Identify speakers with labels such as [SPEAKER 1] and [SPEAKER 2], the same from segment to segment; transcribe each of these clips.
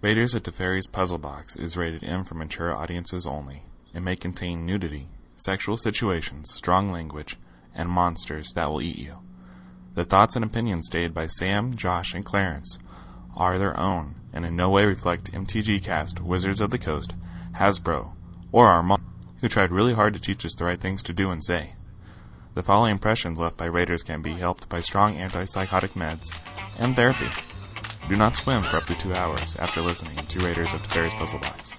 [SPEAKER 1] Raiders at the Fairies Puzzle Box is rated M for mature audiences only. It may contain nudity, sexual situations, strong language, and monsters that will eat you. The thoughts and opinions stated by Sam, Josh, and Clarence are their own and in no way reflect MTG Cast, Wizards of the Coast, Hasbro, or our mom, who tried really hard to teach us the right things to do and say. The following impressions left by Raiders can be helped by strong antipsychotic meds and therapy. Do not swim for up to two hours after listening to Raiders of the Fairies Puzzle Box.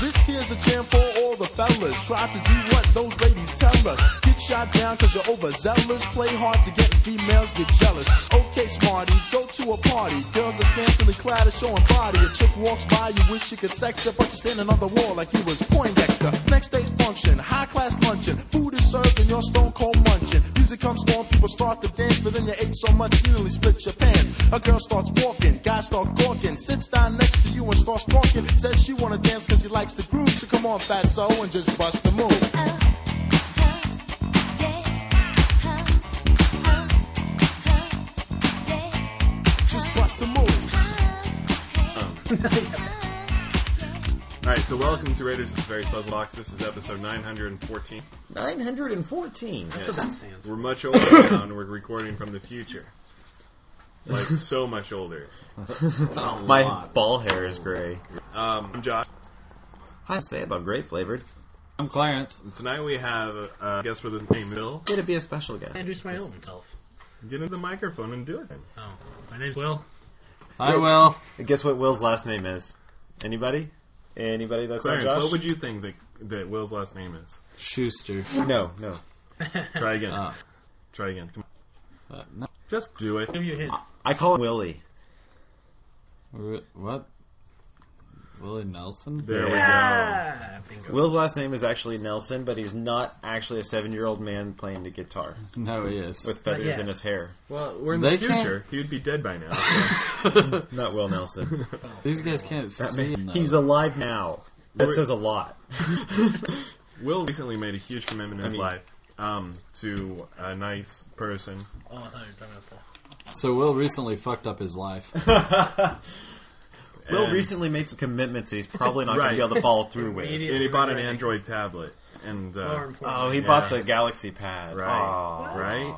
[SPEAKER 2] This here's a jam for all the fellas. Try to do what those ladies tell us. Get shot down cause you're overzealous. Play hard to get females get jealous. Okay, smarty, go to a party. Girls are scantily clad and showing body. A chick walks by, you wish you could sex her, but you're standing on the wall like you was Poindexter. Next day's function, high class luncheon. Food is served and you're stone cold munching. Music comes on, people start to dance, but then you ate so much you nearly split your pants. A girl starts walking, guys start gawking. Sits down next to you and starts talking. Says she wanna dance cause she likes the groove. So come on, fat so and just bust the move. Just bust the move.
[SPEAKER 3] All right, so welcome to Raiders of the Fairies Puzzle Box. This is episode 914.
[SPEAKER 4] 914. That's what that sounds.
[SPEAKER 3] We're much older now, and we're recording from the future. Like, so much older.
[SPEAKER 4] My ball hair is gray.
[SPEAKER 3] Um, I'm Josh,
[SPEAKER 4] Hi, Sam. I'm gray flavored.
[SPEAKER 5] I'm Clarence.
[SPEAKER 3] and tonight we have uh, guest with his name, Bill.
[SPEAKER 4] It'd be a special guy.
[SPEAKER 6] introduce my own self.
[SPEAKER 3] Get into the microphone and do it. then.
[SPEAKER 6] Oh, my name's Will.
[SPEAKER 5] Hi, Will.
[SPEAKER 4] Guess what Will's last name is? Anybody? Anybody that's
[SPEAKER 3] Clarence,
[SPEAKER 4] not Josh?
[SPEAKER 3] what would you think that, that Will's last name is?
[SPEAKER 5] Schuster.
[SPEAKER 4] No, no.
[SPEAKER 3] Try again. Try again. Come on.
[SPEAKER 5] Uh, no.
[SPEAKER 3] Just do it.
[SPEAKER 6] Give you a hint.
[SPEAKER 4] I call him Willie.
[SPEAKER 5] Ru- What? Willie Nelson?
[SPEAKER 3] There we go.
[SPEAKER 6] Ah, bingo.
[SPEAKER 4] Will's last name is actually Nelson, but he's not actually a seven-year-old man playing the guitar
[SPEAKER 5] No, he is.
[SPEAKER 4] with feathers
[SPEAKER 6] yet.
[SPEAKER 4] in his hair.
[SPEAKER 3] Well, we're in
[SPEAKER 5] They
[SPEAKER 3] the
[SPEAKER 5] can't-
[SPEAKER 3] future. He would be dead by now.
[SPEAKER 4] Not Will Nelson.
[SPEAKER 5] These guys can't see him, though.
[SPEAKER 4] he's alive now. That
[SPEAKER 3] We're-
[SPEAKER 4] says a lot.
[SPEAKER 3] Will recently made a huge commitment in his
[SPEAKER 4] mean-
[SPEAKER 3] life um, to a nice person.
[SPEAKER 6] Oh, I thought you were talking about that.
[SPEAKER 5] So Will recently fucked up his life.
[SPEAKER 4] Will
[SPEAKER 3] And-
[SPEAKER 4] recently made some commitments that he's probably not
[SPEAKER 3] Right.
[SPEAKER 4] going to be able to follow through with.
[SPEAKER 6] Immediate-
[SPEAKER 3] And he bought an Android tablet. And uh,
[SPEAKER 6] More important.
[SPEAKER 4] Oh, he
[SPEAKER 3] Yeah.
[SPEAKER 4] bought the Galaxy Pad.
[SPEAKER 3] Right.
[SPEAKER 4] Aw.
[SPEAKER 3] right?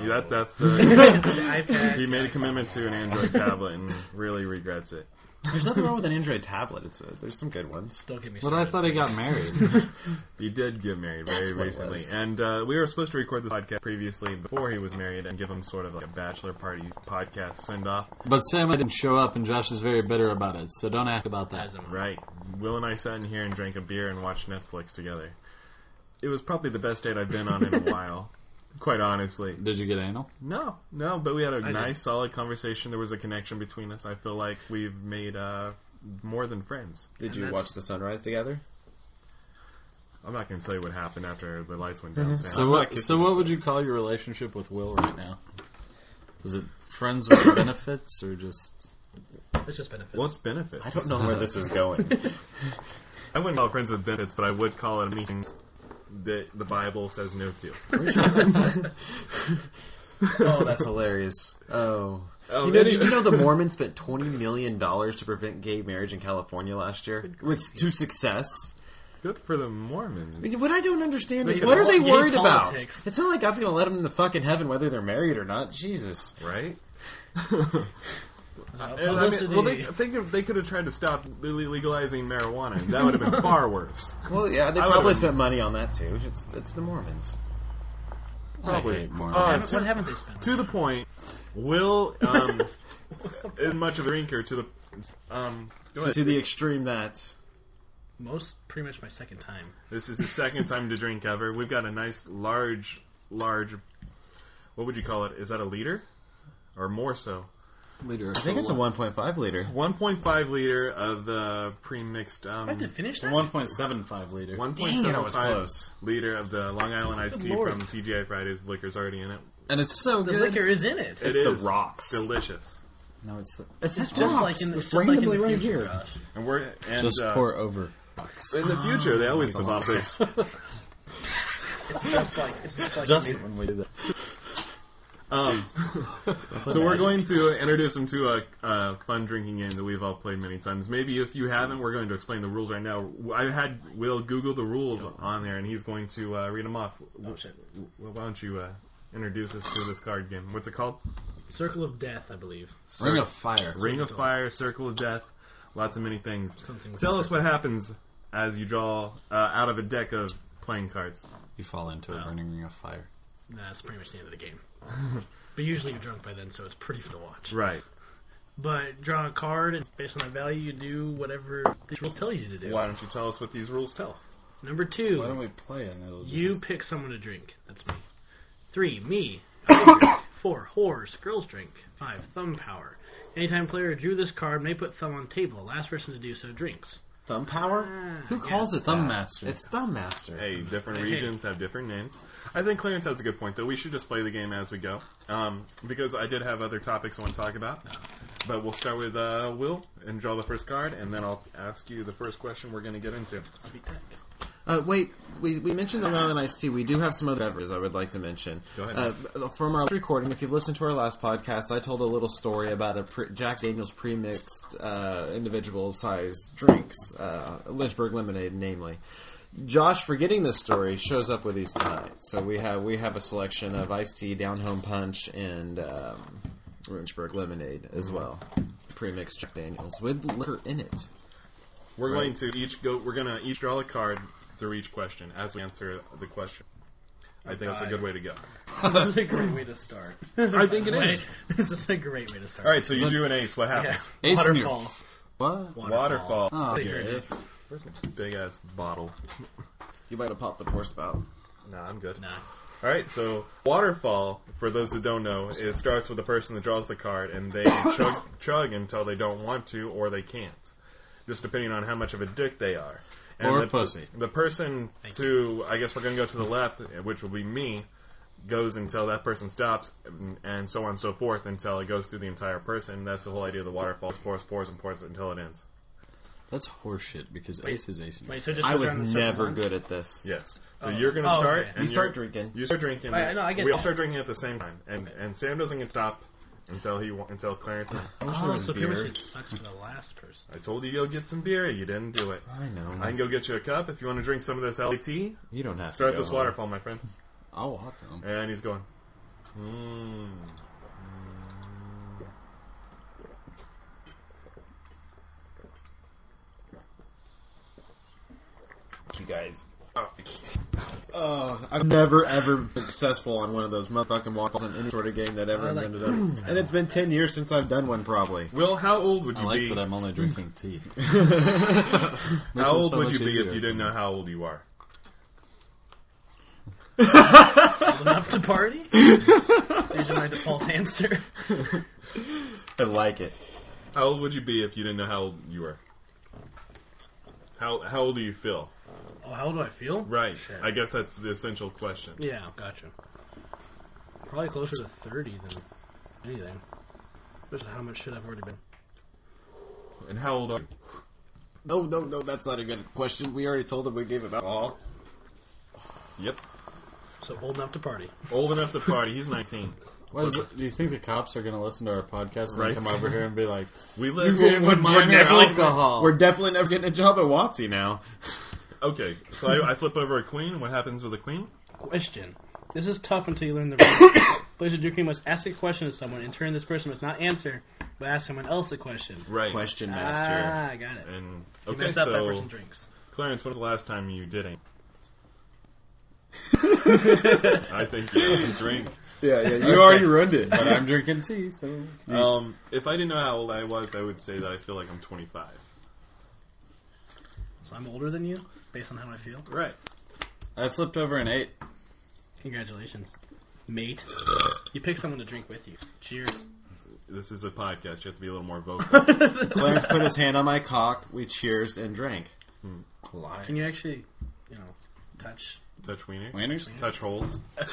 [SPEAKER 3] Yeah, That that's the
[SPEAKER 6] iPad.
[SPEAKER 3] he made a commitment to an Android tablet and really regrets it.
[SPEAKER 4] There's nothing wrong with an Android tablet. It's, uh, there's some good ones.
[SPEAKER 6] Don't get me
[SPEAKER 5] But
[SPEAKER 6] started.
[SPEAKER 5] I thought he got married.
[SPEAKER 3] He did get married very
[SPEAKER 4] what it
[SPEAKER 3] recently,
[SPEAKER 4] was.
[SPEAKER 3] and uh, we were supposed to record this podcast previously before he was married and give him sort of like a bachelor party podcast send off.
[SPEAKER 5] But Sam I didn't show up, and Josh is very bitter about it, so don't ask about that.
[SPEAKER 3] Right? Will and I sat in here and drank a beer and watched Netflix together. It was probably the best date I've been on in a while. Quite honestly,
[SPEAKER 5] Did you get anal?
[SPEAKER 3] no, no, but we had a
[SPEAKER 6] did.
[SPEAKER 3] nice, solid conversation. There was a connection between us. I feel like we've made uh, more than friends.
[SPEAKER 4] Did
[SPEAKER 6] And
[SPEAKER 4] you
[SPEAKER 6] that's-
[SPEAKER 4] watch the sunrise together?
[SPEAKER 3] I'm not going to tell you what happened after the lights went down. Sam.
[SPEAKER 5] So what? So what would you call your relationship with Will right now? Was it friends with benefits, or just
[SPEAKER 6] It's just benefits.
[SPEAKER 3] What's benefits?
[SPEAKER 4] I don't know where this is going.
[SPEAKER 3] I wouldn't call it friends with benefits, but I would call it anything that the Bible says no to.
[SPEAKER 4] oh, that's hilarious. Oh.
[SPEAKER 3] Oh,
[SPEAKER 4] you know,
[SPEAKER 3] anyway.
[SPEAKER 4] did you know the Mormons spent twenty million dollars to prevent gay marriage in California last year, with to success?
[SPEAKER 3] Good for the Mormons.
[SPEAKER 4] What I don't understand is
[SPEAKER 3] They
[SPEAKER 4] what are
[SPEAKER 3] all
[SPEAKER 4] they
[SPEAKER 6] gay
[SPEAKER 4] worried
[SPEAKER 6] politics.
[SPEAKER 4] about? It's not like God's going to let them into fucking heaven whether they're married or not. Jesus,
[SPEAKER 3] Right?
[SPEAKER 6] Uh,
[SPEAKER 3] And I mean,
[SPEAKER 6] publicity.
[SPEAKER 3] well, they think if they could have tried to stop le- le- legalizing marijuana. That would have been far worse.
[SPEAKER 4] Well, yeah, they
[SPEAKER 3] I would've
[SPEAKER 4] probably
[SPEAKER 3] been-
[SPEAKER 4] spent money on that too. It's it's the Mormons.
[SPEAKER 5] I hate Mormons.
[SPEAKER 3] Uh,
[SPEAKER 6] Haven't- what haven't they spent?
[SPEAKER 3] To the point, Will um, isn't much of a drinker. To the um, go
[SPEAKER 4] To,
[SPEAKER 3] ahead.
[SPEAKER 4] to the extreme that
[SPEAKER 6] Most, pretty much my second time.
[SPEAKER 3] This is the second time to drink ever. We've got a nice, large, large. What would you call it? Is that a liter, or more so?
[SPEAKER 5] leader?
[SPEAKER 4] I think it's a one point five liter.
[SPEAKER 3] 1.5 liter of the pre-mixed. Um,
[SPEAKER 6] I had to finish that.
[SPEAKER 5] one point seven five liter.
[SPEAKER 4] Dang it, I was
[SPEAKER 3] 1.75
[SPEAKER 4] close.
[SPEAKER 3] liter of the Long Island iced tea
[SPEAKER 6] Lord.
[SPEAKER 3] from TGI Fridays. The liquor's already in it.
[SPEAKER 5] and it's so
[SPEAKER 6] the
[SPEAKER 5] good.
[SPEAKER 6] liquor is in it.
[SPEAKER 3] It
[SPEAKER 4] It's the
[SPEAKER 3] is
[SPEAKER 4] rocks.
[SPEAKER 3] Delicious.
[SPEAKER 5] No, it's
[SPEAKER 4] It's
[SPEAKER 6] just like in the, it's just like in the future, Josh.
[SPEAKER 3] And we're and,
[SPEAKER 5] just
[SPEAKER 3] uh,
[SPEAKER 5] pour over.
[SPEAKER 3] in the future. They always develop this.
[SPEAKER 6] It's just like it's just like
[SPEAKER 5] Just when we do that.
[SPEAKER 3] Um, So we're going to introduce them to a, a fun drinking game that we've all played many times. Maybe if you haven't, we're going to explain the rules right now. I had Will Google the rules on there, and he's going to uh, read them off.
[SPEAKER 6] oh shit.
[SPEAKER 3] Will, why don't you uh, introduce us to this card game? What's it called?
[SPEAKER 6] Circle of Death, I believe.
[SPEAKER 5] Ring of Fire.
[SPEAKER 3] Ring of Fire, Circle of Death, lots of many things.
[SPEAKER 6] Something with
[SPEAKER 3] Tell
[SPEAKER 6] a
[SPEAKER 3] us what happens as you draw uh, out of a deck of playing cards.
[SPEAKER 5] You fall into a burning ring of fire.
[SPEAKER 6] Nah, That's pretty much the end of the game. but usually you're drunk by then, so it's pretty fun to watch.
[SPEAKER 3] Right.
[SPEAKER 6] But draw a card, and based on that value, you do whatever the rules tell you to do.
[SPEAKER 3] Why don't you tell us what these rules tell?
[SPEAKER 6] Number
[SPEAKER 7] Why don't
[SPEAKER 6] two,
[SPEAKER 7] we play it? And it'll just...
[SPEAKER 6] you pick someone to drink. That's me. Three, me. Four, whores, girls drink. Five, thumb power. Anytime player drew this card may put thumb on table. Last person to do so drinks.
[SPEAKER 4] Thumb power? Who calls it
[SPEAKER 5] Thumb
[SPEAKER 4] that?
[SPEAKER 5] Master.
[SPEAKER 4] It's Thumb Master.
[SPEAKER 3] Hey, different regions have different names. I think Clarence has a good point, though. We should just play the game as we go, um, because I did have other topics I want to talk about. But we'll start with uh, Will and draw the first card, and then I'll ask you the first question we're going to get into.
[SPEAKER 4] Uh, wait, we, we mentioned the Island Ice Tea. We do have some other beverages I would like to mention.
[SPEAKER 3] Go ahead.
[SPEAKER 4] Uh, from our last recording, if you've listened to our last podcast, I told a little story about a pre- Jack Daniels pre-mixed uh, individual-sized drinks, uh, Lynchburg lemonade, namely. Josh, forgetting this story, shows up with these tonight. So we have we have a selection of iced tea, down home punch, and um, Lynchburg lemonade as well, pre-mixed Jack Daniels with liquor in it.
[SPEAKER 3] We're going to each go. We're going to each draw a card through each question as we answer the question. I think that's a good way to go.
[SPEAKER 6] This is a great way to start.
[SPEAKER 3] I think it is.
[SPEAKER 6] this is a great way to start.
[SPEAKER 3] All right, so you do an ace. What happens?
[SPEAKER 6] Yeah.
[SPEAKER 5] Ace in your-
[SPEAKER 6] Waterfall.
[SPEAKER 5] What?
[SPEAKER 3] Waterfall.
[SPEAKER 5] Okay.
[SPEAKER 3] Where's my big ass bottle?
[SPEAKER 4] You might have popped the pour spout.
[SPEAKER 3] No, I'm good.
[SPEAKER 6] Nah.
[SPEAKER 3] All right, so waterfall. For those that don't know, it starts with the person that draws the card, and they chug, chug until they don't want to or they can't, just depending on how much of a dick they are. And
[SPEAKER 5] Or a
[SPEAKER 3] the,
[SPEAKER 5] pussy.
[SPEAKER 3] The person to, I guess we're gonna go to the left, which will be me, goes until that person stops, and- and so on and so forth until it goes through the entire person. That's the whole idea of the waterfall. It pours, pours, and pours until it ends.
[SPEAKER 5] That's horseshit because Ace is Ace. in your-
[SPEAKER 6] Wait, so just
[SPEAKER 4] I
[SPEAKER 6] goes
[SPEAKER 4] was
[SPEAKER 6] around the circle
[SPEAKER 4] never
[SPEAKER 6] once?
[SPEAKER 4] good at this.
[SPEAKER 3] Yes. So you're gonna
[SPEAKER 6] Oh,
[SPEAKER 3] start.
[SPEAKER 6] okay.
[SPEAKER 3] and
[SPEAKER 4] You start
[SPEAKER 3] you're-
[SPEAKER 4] drinking.
[SPEAKER 3] You start drinking.
[SPEAKER 6] Right, no, I get
[SPEAKER 3] we all
[SPEAKER 6] that.
[SPEAKER 3] start drinking at the same time, and and Sam doesn't get stopped until he wa- until Clarence.
[SPEAKER 4] I wish there
[SPEAKER 6] Oh,
[SPEAKER 4] was
[SPEAKER 6] so pretty much
[SPEAKER 4] beer.
[SPEAKER 6] it sucks for the last person.
[SPEAKER 3] I told you to go get some beer. You didn't do it.
[SPEAKER 4] I know.
[SPEAKER 3] I can go get you a cup if you want to drink some of this LET.
[SPEAKER 4] you don't have
[SPEAKER 3] Start
[SPEAKER 4] to go
[SPEAKER 3] this
[SPEAKER 4] home.
[SPEAKER 3] waterfall, my friend.
[SPEAKER 5] I'll walk him.
[SPEAKER 3] And he's going. Mm.
[SPEAKER 4] You guys. I've never ever been successful on one of those motherfucking waterfalls in any sort of game that ever
[SPEAKER 6] I like-
[SPEAKER 4] ended up. And it's been ten years since I've done one, probably.
[SPEAKER 3] Will, how old would
[SPEAKER 5] I
[SPEAKER 3] you
[SPEAKER 5] like
[SPEAKER 3] be?
[SPEAKER 5] that I'm only drinking tea.
[SPEAKER 3] How old would you be if you didn't know how old you are?
[SPEAKER 6] Enough to party? There's my default answer.
[SPEAKER 4] I like it.
[SPEAKER 3] How old would you be if you didn't know how old you were? How how old do you feel?
[SPEAKER 6] Oh, how old do I feel?
[SPEAKER 3] Right.
[SPEAKER 6] Shit.
[SPEAKER 3] I guess that's the essential question.
[SPEAKER 6] Yeah, gotcha. Probably closer to 30 than anything. Especially how much shit I've already been.
[SPEAKER 3] And how old are you?
[SPEAKER 4] No, no, no. That's not a good question. We already told him we gave it back. all.
[SPEAKER 3] Yep.
[SPEAKER 6] So old enough to party.
[SPEAKER 3] Old enough to party. He's 19.
[SPEAKER 5] do you think the cops are going to listen to our podcast and
[SPEAKER 3] Right.
[SPEAKER 5] come over here and be like,
[SPEAKER 3] We live.
[SPEAKER 5] with minor alcohol?
[SPEAKER 4] We're definitely never getting a job at Watsy now.
[SPEAKER 3] Okay, so I, I flip over a queen. What happens with a queen?
[SPEAKER 6] Question. This is tough until you learn the rules. Players of drinking must ask a question to someone. In turn, this person must not answer, but ask someone else a question.
[SPEAKER 3] Right.
[SPEAKER 4] Question master.
[SPEAKER 6] Ah, I got it.
[SPEAKER 3] And
[SPEAKER 6] You
[SPEAKER 3] okay,
[SPEAKER 6] messed up, that
[SPEAKER 3] so
[SPEAKER 6] person drinks.
[SPEAKER 3] Clarence, when was the last time you did it? I think you have to drink.
[SPEAKER 4] yeah, yeah. You already ruined it.
[SPEAKER 5] but I'm drinking tea, so.
[SPEAKER 3] Um, if I didn't know how old I was, I would say that I feel like I'm 25.
[SPEAKER 6] So I'm older than you, based on how I feel.
[SPEAKER 3] Right.
[SPEAKER 5] I flipped over an eight.
[SPEAKER 6] Congratulations, mate. You pick someone to drink with you. Cheers.
[SPEAKER 3] This is a podcast. You have to be a little more vocal.
[SPEAKER 4] Clarence put his hand on my cock. We cheers and drank.
[SPEAKER 6] Can you actually, you know, touch?
[SPEAKER 3] Touch wieners.
[SPEAKER 5] Wieners?
[SPEAKER 3] Touch holes.
[SPEAKER 4] I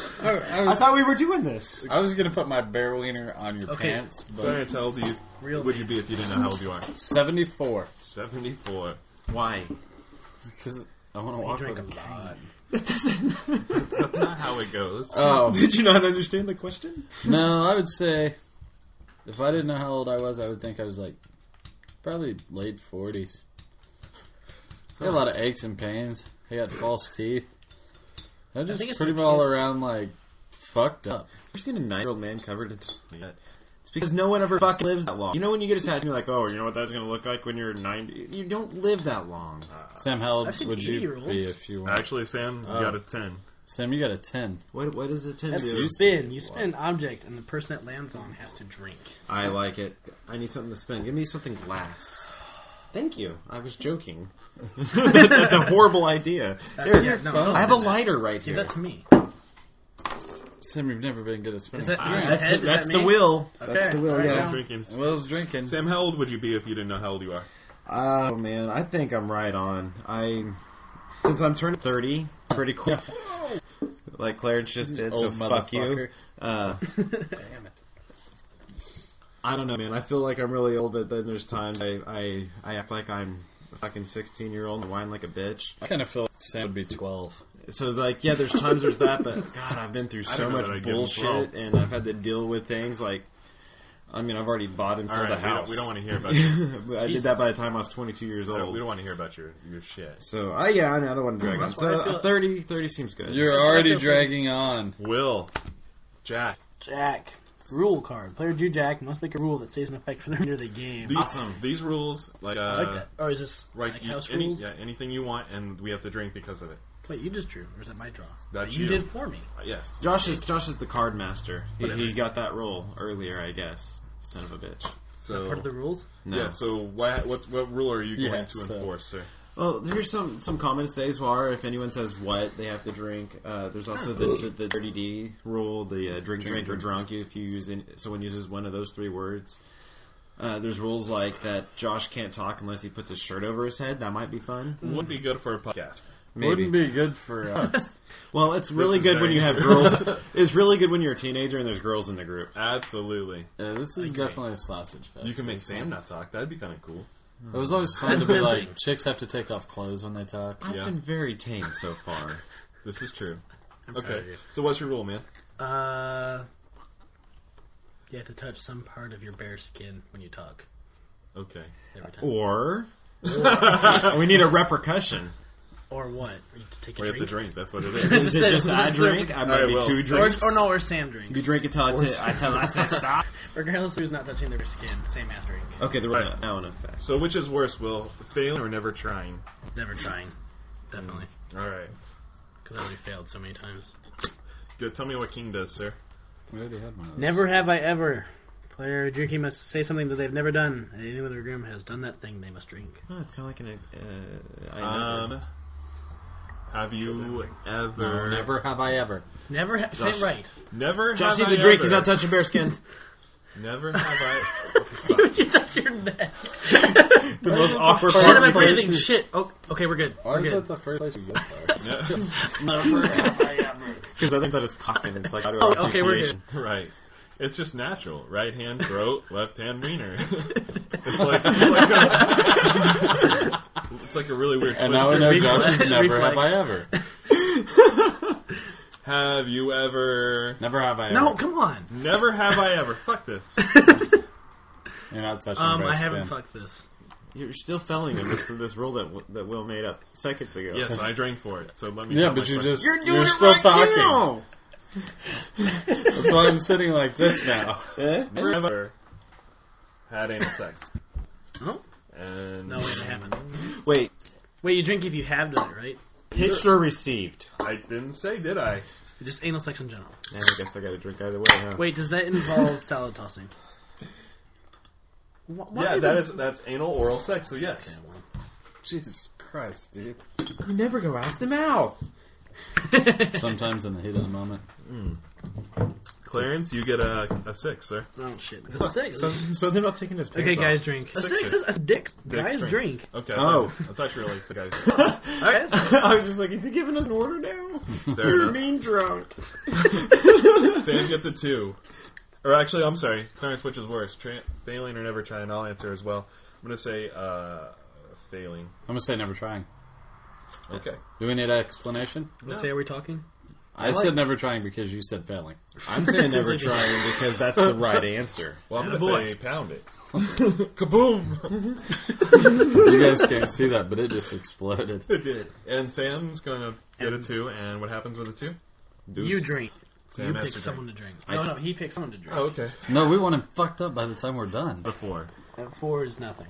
[SPEAKER 4] thought we were doing this.
[SPEAKER 5] I was going to put my bear wiener on your
[SPEAKER 6] Okay.
[SPEAKER 5] pants, but
[SPEAKER 3] Clarence, how old do you,
[SPEAKER 6] Real
[SPEAKER 3] would you be if you didn't know how old you are?
[SPEAKER 5] 74.
[SPEAKER 3] 74.
[SPEAKER 4] Why?
[SPEAKER 5] Because I want to walk
[SPEAKER 6] drank a
[SPEAKER 5] with a
[SPEAKER 6] lot.
[SPEAKER 5] lot.
[SPEAKER 3] That's not how it goes.
[SPEAKER 5] Oh
[SPEAKER 4] Did you not understand the question?
[SPEAKER 5] no, I would say if I didn't know how old I was, I would think I was like probably late forties. I had a lot of aches and pains. I got false teeth. I was
[SPEAKER 6] think
[SPEAKER 5] just
[SPEAKER 6] it's
[SPEAKER 5] pretty
[SPEAKER 6] the
[SPEAKER 5] well all
[SPEAKER 6] cute-
[SPEAKER 5] around like fucked up.
[SPEAKER 4] Ever seen a nine-year-old man covered in sweat? It's because no one ever fucking lives that long. You know when you get a tattoo, you're like, oh, you know what that's gonna look like when you're ninety. You don't live that long.
[SPEAKER 5] Sam, how old
[SPEAKER 6] I've seen
[SPEAKER 5] would you
[SPEAKER 6] 80-year-olds.
[SPEAKER 5] be if you were?
[SPEAKER 3] Actually, Sam
[SPEAKER 4] Oh.
[SPEAKER 3] you got a ten.
[SPEAKER 5] Sam, you got a ten.
[SPEAKER 4] What what does it tend
[SPEAKER 6] That's
[SPEAKER 4] to?
[SPEAKER 6] you spin. You spin an object, and the person it lands on has to drink.
[SPEAKER 4] I like it. I need something to spin. Give me something glass. Thank you. I was joking. That's a horrible idea. Here,
[SPEAKER 6] yeah, no, no.
[SPEAKER 4] I have a lighter right
[SPEAKER 6] Give
[SPEAKER 4] here.
[SPEAKER 6] that to me.
[SPEAKER 5] Sam, you've never been good at spinning.
[SPEAKER 6] Is that your
[SPEAKER 4] That's,
[SPEAKER 6] head?
[SPEAKER 4] it. that's
[SPEAKER 6] Is that
[SPEAKER 4] the
[SPEAKER 6] me?
[SPEAKER 4] will.
[SPEAKER 6] Okay.
[SPEAKER 4] That's the will.
[SPEAKER 6] Alright,
[SPEAKER 4] yeah.
[SPEAKER 6] now.
[SPEAKER 3] Drinking.
[SPEAKER 5] Will's drinking.
[SPEAKER 3] Sam, how old would you be if you didn't know how old you are?
[SPEAKER 4] Oh man, I think I'm right on. I since I'm turning thirty pretty quick, like Clarence just did. so
[SPEAKER 5] Old
[SPEAKER 4] fuck you.
[SPEAKER 5] Oh,
[SPEAKER 4] Uh,
[SPEAKER 5] motherfucker. Damn it.
[SPEAKER 4] I don't know, man. I feel like I'm really old, but then there's times I I, I act like I'm a fucking sixteen year old and whine like a bitch.
[SPEAKER 5] I kind of feel like Sam would be twelve.
[SPEAKER 4] So like, yeah, there's times there's that, but God, I've been through so
[SPEAKER 3] don't know
[SPEAKER 4] much
[SPEAKER 3] that I'd give him
[SPEAKER 4] bullshit,
[SPEAKER 3] twelve.
[SPEAKER 4] and I've had to deal with things like. I mean, I've already bought and
[SPEAKER 3] All
[SPEAKER 4] sold
[SPEAKER 3] right, we
[SPEAKER 4] a
[SPEAKER 3] don't,
[SPEAKER 4] house.
[SPEAKER 3] we don't want to hear about your,
[SPEAKER 4] I did that by the time I was 22 years
[SPEAKER 3] we
[SPEAKER 4] old.
[SPEAKER 3] don't want to hear about your your shit.
[SPEAKER 4] So, I yeah, I, know, I don't want to drag on.
[SPEAKER 6] That's why I
[SPEAKER 4] So,
[SPEAKER 6] feel-
[SPEAKER 4] 30, 30 seems good.
[SPEAKER 5] You're
[SPEAKER 6] That's what I
[SPEAKER 5] already
[SPEAKER 6] feel.
[SPEAKER 5] dragging on.
[SPEAKER 3] Will, Jack,
[SPEAKER 6] Jack. Rule card. Player drew Jack must make a rule that stays in effect for the remainder of the game.
[SPEAKER 3] these,
[SPEAKER 4] Awesome.
[SPEAKER 3] These rules, like, uh,
[SPEAKER 6] I like that. Or is this
[SPEAKER 3] right,
[SPEAKER 6] like
[SPEAKER 3] you-
[SPEAKER 6] house
[SPEAKER 3] any,
[SPEAKER 6] rules?
[SPEAKER 3] yeah, anything you want, and we have to drink because of it.
[SPEAKER 6] Wait, you just drew, or is that my draw?
[SPEAKER 3] That's
[SPEAKER 6] you.
[SPEAKER 3] you.
[SPEAKER 6] did for me.
[SPEAKER 3] Uh, yes.
[SPEAKER 4] Josh is Josh is the card master. He, he got that role earlier, I guess. Son of a bitch.
[SPEAKER 3] So
[SPEAKER 6] Part of the rules.
[SPEAKER 4] No.
[SPEAKER 3] yeah. So what what what rule are you going
[SPEAKER 5] Yeah,
[SPEAKER 3] to
[SPEAKER 5] so-
[SPEAKER 3] enforce, sir?
[SPEAKER 4] Well, here's some some common stays are if anyone says what they have to drink. Uh, there's also the, the, the dirty D rule, the uh, drink, drink, or drunk. If you use in, someone uses one of those three words, uh, there's rules like that. Josh can't talk unless he puts his shirt over his head. That might be fun.
[SPEAKER 3] Would be good for a podcast.
[SPEAKER 4] Maybe.
[SPEAKER 5] Wouldn't be good for us.
[SPEAKER 4] Well, it's really
[SPEAKER 3] is
[SPEAKER 4] good when
[SPEAKER 3] very
[SPEAKER 4] you have girls. it's really good when you're a teenager and there's girls in the group.
[SPEAKER 3] Absolutely.
[SPEAKER 5] yeah, this is definitely a sausage fest.
[SPEAKER 3] You can make Sam not talk. That'd be kind of cool.
[SPEAKER 5] It was always fun to
[SPEAKER 6] the
[SPEAKER 5] be like
[SPEAKER 6] thing.
[SPEAKER 5] chicks have to take off clothes when they talk.
[SPEAKER 4] I've
[SPEAKER 3] Yeah.
[SPEAKER 4] been very tame so far.
[SPEAKER 3] This is true.
[SPEAKER 6] proud
[SPEAKER 3] okay.
[SPEAKER 6] of you.
[SPEAKER 3] So what's your rule, man?
[SPEAKER 6] Uh, you have to touch some part of your bare skin when you talk.
[SPEAKER 3] Okay.
[SPEAKER 6] Every
[SPEAKER 4] Oh.
[SPEAKER 6] time.
[SPEAKER 4] Or we need a repercussion.
[SPEAKER 6] Or what? You have to take a
[SPEAKER 3] We have to drink.
[SPEAKER 6] drink.
[SPEAKER 3] That's what it is.
[SPEAKER 4] Is
[SPEAKER 6] Just
[SPEAKER 4] it just
[SPEAKER 6] say-
[SPEAKER 4] I
[SPEAKER 6] just
[SPEAKER 4] drink? I might
[SPEAKER 3] Alright,
[SPEAKER 4] be
[SPEAKER 3] well,
[SPEAKER 4] two
[SPEAKER 6] Or,
[SPEAKER 4] drinks.
[SPEAKER 6] or no, or Sam
[SPEAKER 4] You
[SPEAKER 6] drinks.
[SPEAKER 4] drink until I, t- I tell I say stop.
[SPEAKER 6] Regardless, who's not touching their skin, same as drink.
[SPEAKER 4] Okay, there was right. now an effect.
[SPEAKER 3] so which is worse, Will? Failing or never trying?
[SPEAKER 6] Never trying. Definitely.
[SPEAKER 3] All right.
[SPEAKER 6] Because I already failed so many times.
[SPEAKER 3] Good. Tell me what King does, sir.
[SPEAKER 5] We already had one of those.
[SPEAKER 6] Never have I ever. Player drinking must say something that they've never done, and anyone in the room has done that thing, they must drink.
[SPEAKER 4] Oh, it's kind of like an. Uh, I
[SPEAKER 3] Um, have you ever
[SPEAKER 5] No, never have I ever.
[SPEAKER 6] Never ha- say it right.
[SPEAKER 3] never
[SPEAKER 4] Josh
[SPEAKER 3] have
[SPEAKER 4] needs
[SPEAKER 3] I
[SPEAKER 4] a drink.
[SPEAKER 3] ever-
[SPEAKER 4] He's not touching bear skin.
[SPEAKER 3] Never have
[SPEAKER 6] Would you touch your neck?
[SPEAKER 4] the most awkward
[SPEAKER 6] Shit, am I
[SPEAKER 4] part.
[SPEAKER 6] breathing? Shit. Oh, okay, we're good.
[SPEAKER 5] Why
[SPEAKER 6] We're
[SPEAKER 5] is that
[SPEAKER 6] good.
[SPEAKER 5] the first place we go for?
[SPEAKER 3] I never
[SPEAKER 4] Because I think that is cocking. It's like I do
[SPEAKER 6] okay, we're good.
[SPEAKER 3] Right. It's just natural. Right hand throat, left hand wiener. It's like it's like a, it's like a really weird
[SPEAKER 5] And
[SPEAKER 3] twist.
[SPEAKER 5] now we know
[SPEAKER 6] reflex-
[SPEAKER 5] Josh is never have I
[SPEAKER 6] reflex.
[SPEAKER 5] ever.
[SPEAKER 3] have you ever?
[SPEAKER 5] Never have I ever.
[SPEAKER 6] No, come on.
[SPEAKER 4] Mm-hmm.
[SPEAKER 3] Never have I ever. Fuck this.
[SPEAKER 5] You're not touching
[SPEAKER 6] Um,
[SPEAKER 5] Bryce
[SPEAKER 6] I haven't
[SPEAKER 5] again.
[SPEAKER 6] fucked this.
[SPEAKER 4] You're still failing in this this rule that w- that Will made up seconds ago.
[SPEAKER 3] Yes, I drank for it. So let me.
[SPEAKER 5] Yeah,
[SPEAKER 3] tell
[SPEAKER 5] but
[SPEAKER 3] my
[SPEAKER 5] you
[SPEAKER 3] question.
[SPEAKER 5] just you're, still talking.
[SPEAKER 4] now.
[SPEAKER 5] That's why I'm sitting like this now.
[SPEAKER 3] never have I ever had anal sex.
[SPEAKER 6] Oh?
[SPEAKER 3] And
[SPEAKER 6] No, wait, I haven't.
[SPEAKER 4] Wait,
[SPEAKER 6] Wait, you drink if you have done it, right?
[SPEAKER 4] pitched or received?
[SPEAKER 3] I didn't say, did I?
[SPEAKER 6] Just anal sex in general.
[SPEAKER 4] Yeah, I guess I got to drink either way. Huh?
[SPEAKER 6] Wait, does that involve salad tossing? Wh- why
[SPEAKER 3] Yeah,
[SPEAKER 6] even-
[SPEAKER 3] that is that's anal oral sex. So yes.
[SPEAKER 5] Jesus Christ, dude.
[SPEAKER 4] You never go ass to mouth.
[SPEAKER 5] Sometimes in the heat of the moment.
[SPEAKER 3] Clarence, you get a, a six, sir.
[SPEAKER 6] Oh shit! A six.
[SPEAKER 4] Something about taking his pants
[SPEAKER 6] okay, guys, drink. A six.
[SPEAKER 3] Six.
[SPEAKER 6] is a dick. Guys,
[SPEAKER 3] drink.
[SPEAKER 6] drink.
[SPEAKER 3] Okay. I
[SPEAKER 4] Oh.
[SPEAKER 3] thought- I thought you were like the guys.
[SPEAKER 6] All right.
[SPEAKER 4] I was just like, is he giving us an order now?
[SPEAKER 3] Fair enough.
[SPEAKER 4] mean drunk.
[SPEAKER 3] Sam gets a two. Or actually, I'm sorry. Clarence, which is worse? Tra- failing or never trying? I'll answer as well. I'm going to say uh, failing.
[SPEAKER 5] I'm gonna say never trying.
[SPEAKER 3] Okay.
[SPEAKER 5] Do we need an explanation?
[SPEAKER 6] Let's say, are we talking?
[SPEAKER 5] I,
[SPEAKER 4] like-
[SPEAKER 5] said never trying because you said failing.
[SPEAKER 4] I'm saying never trying because that's the right answer.
[SPEAKER 3] Well, I'm going to
[SPEAKER 6] Attaboy.
[SPEAKER 3] say pound it. Kaboom!
[SPEAKER 5] You guys can't see that, but it just exploded.
[SPEAKER 3] It did. And Sam's going to get a two, and what happens with a two? Deuce.
[SPEAKER 6] You drink.
[SPEAKER 3] Sam
[SPEAKER 6] you
[SPEAKER 3] has
[SPEAKER 6] pick
[SPEAKER 3] to drink.
[SPEAKER 6] someone to drink. No, no, he picks someone to drink.
[SPEAKER 3] Oh, okay.
[SPEAKER 5] No, we want him fucked up by the time we're done.
[SPEAKER 3] A four.
[SPEAKER 6] And four is nothing.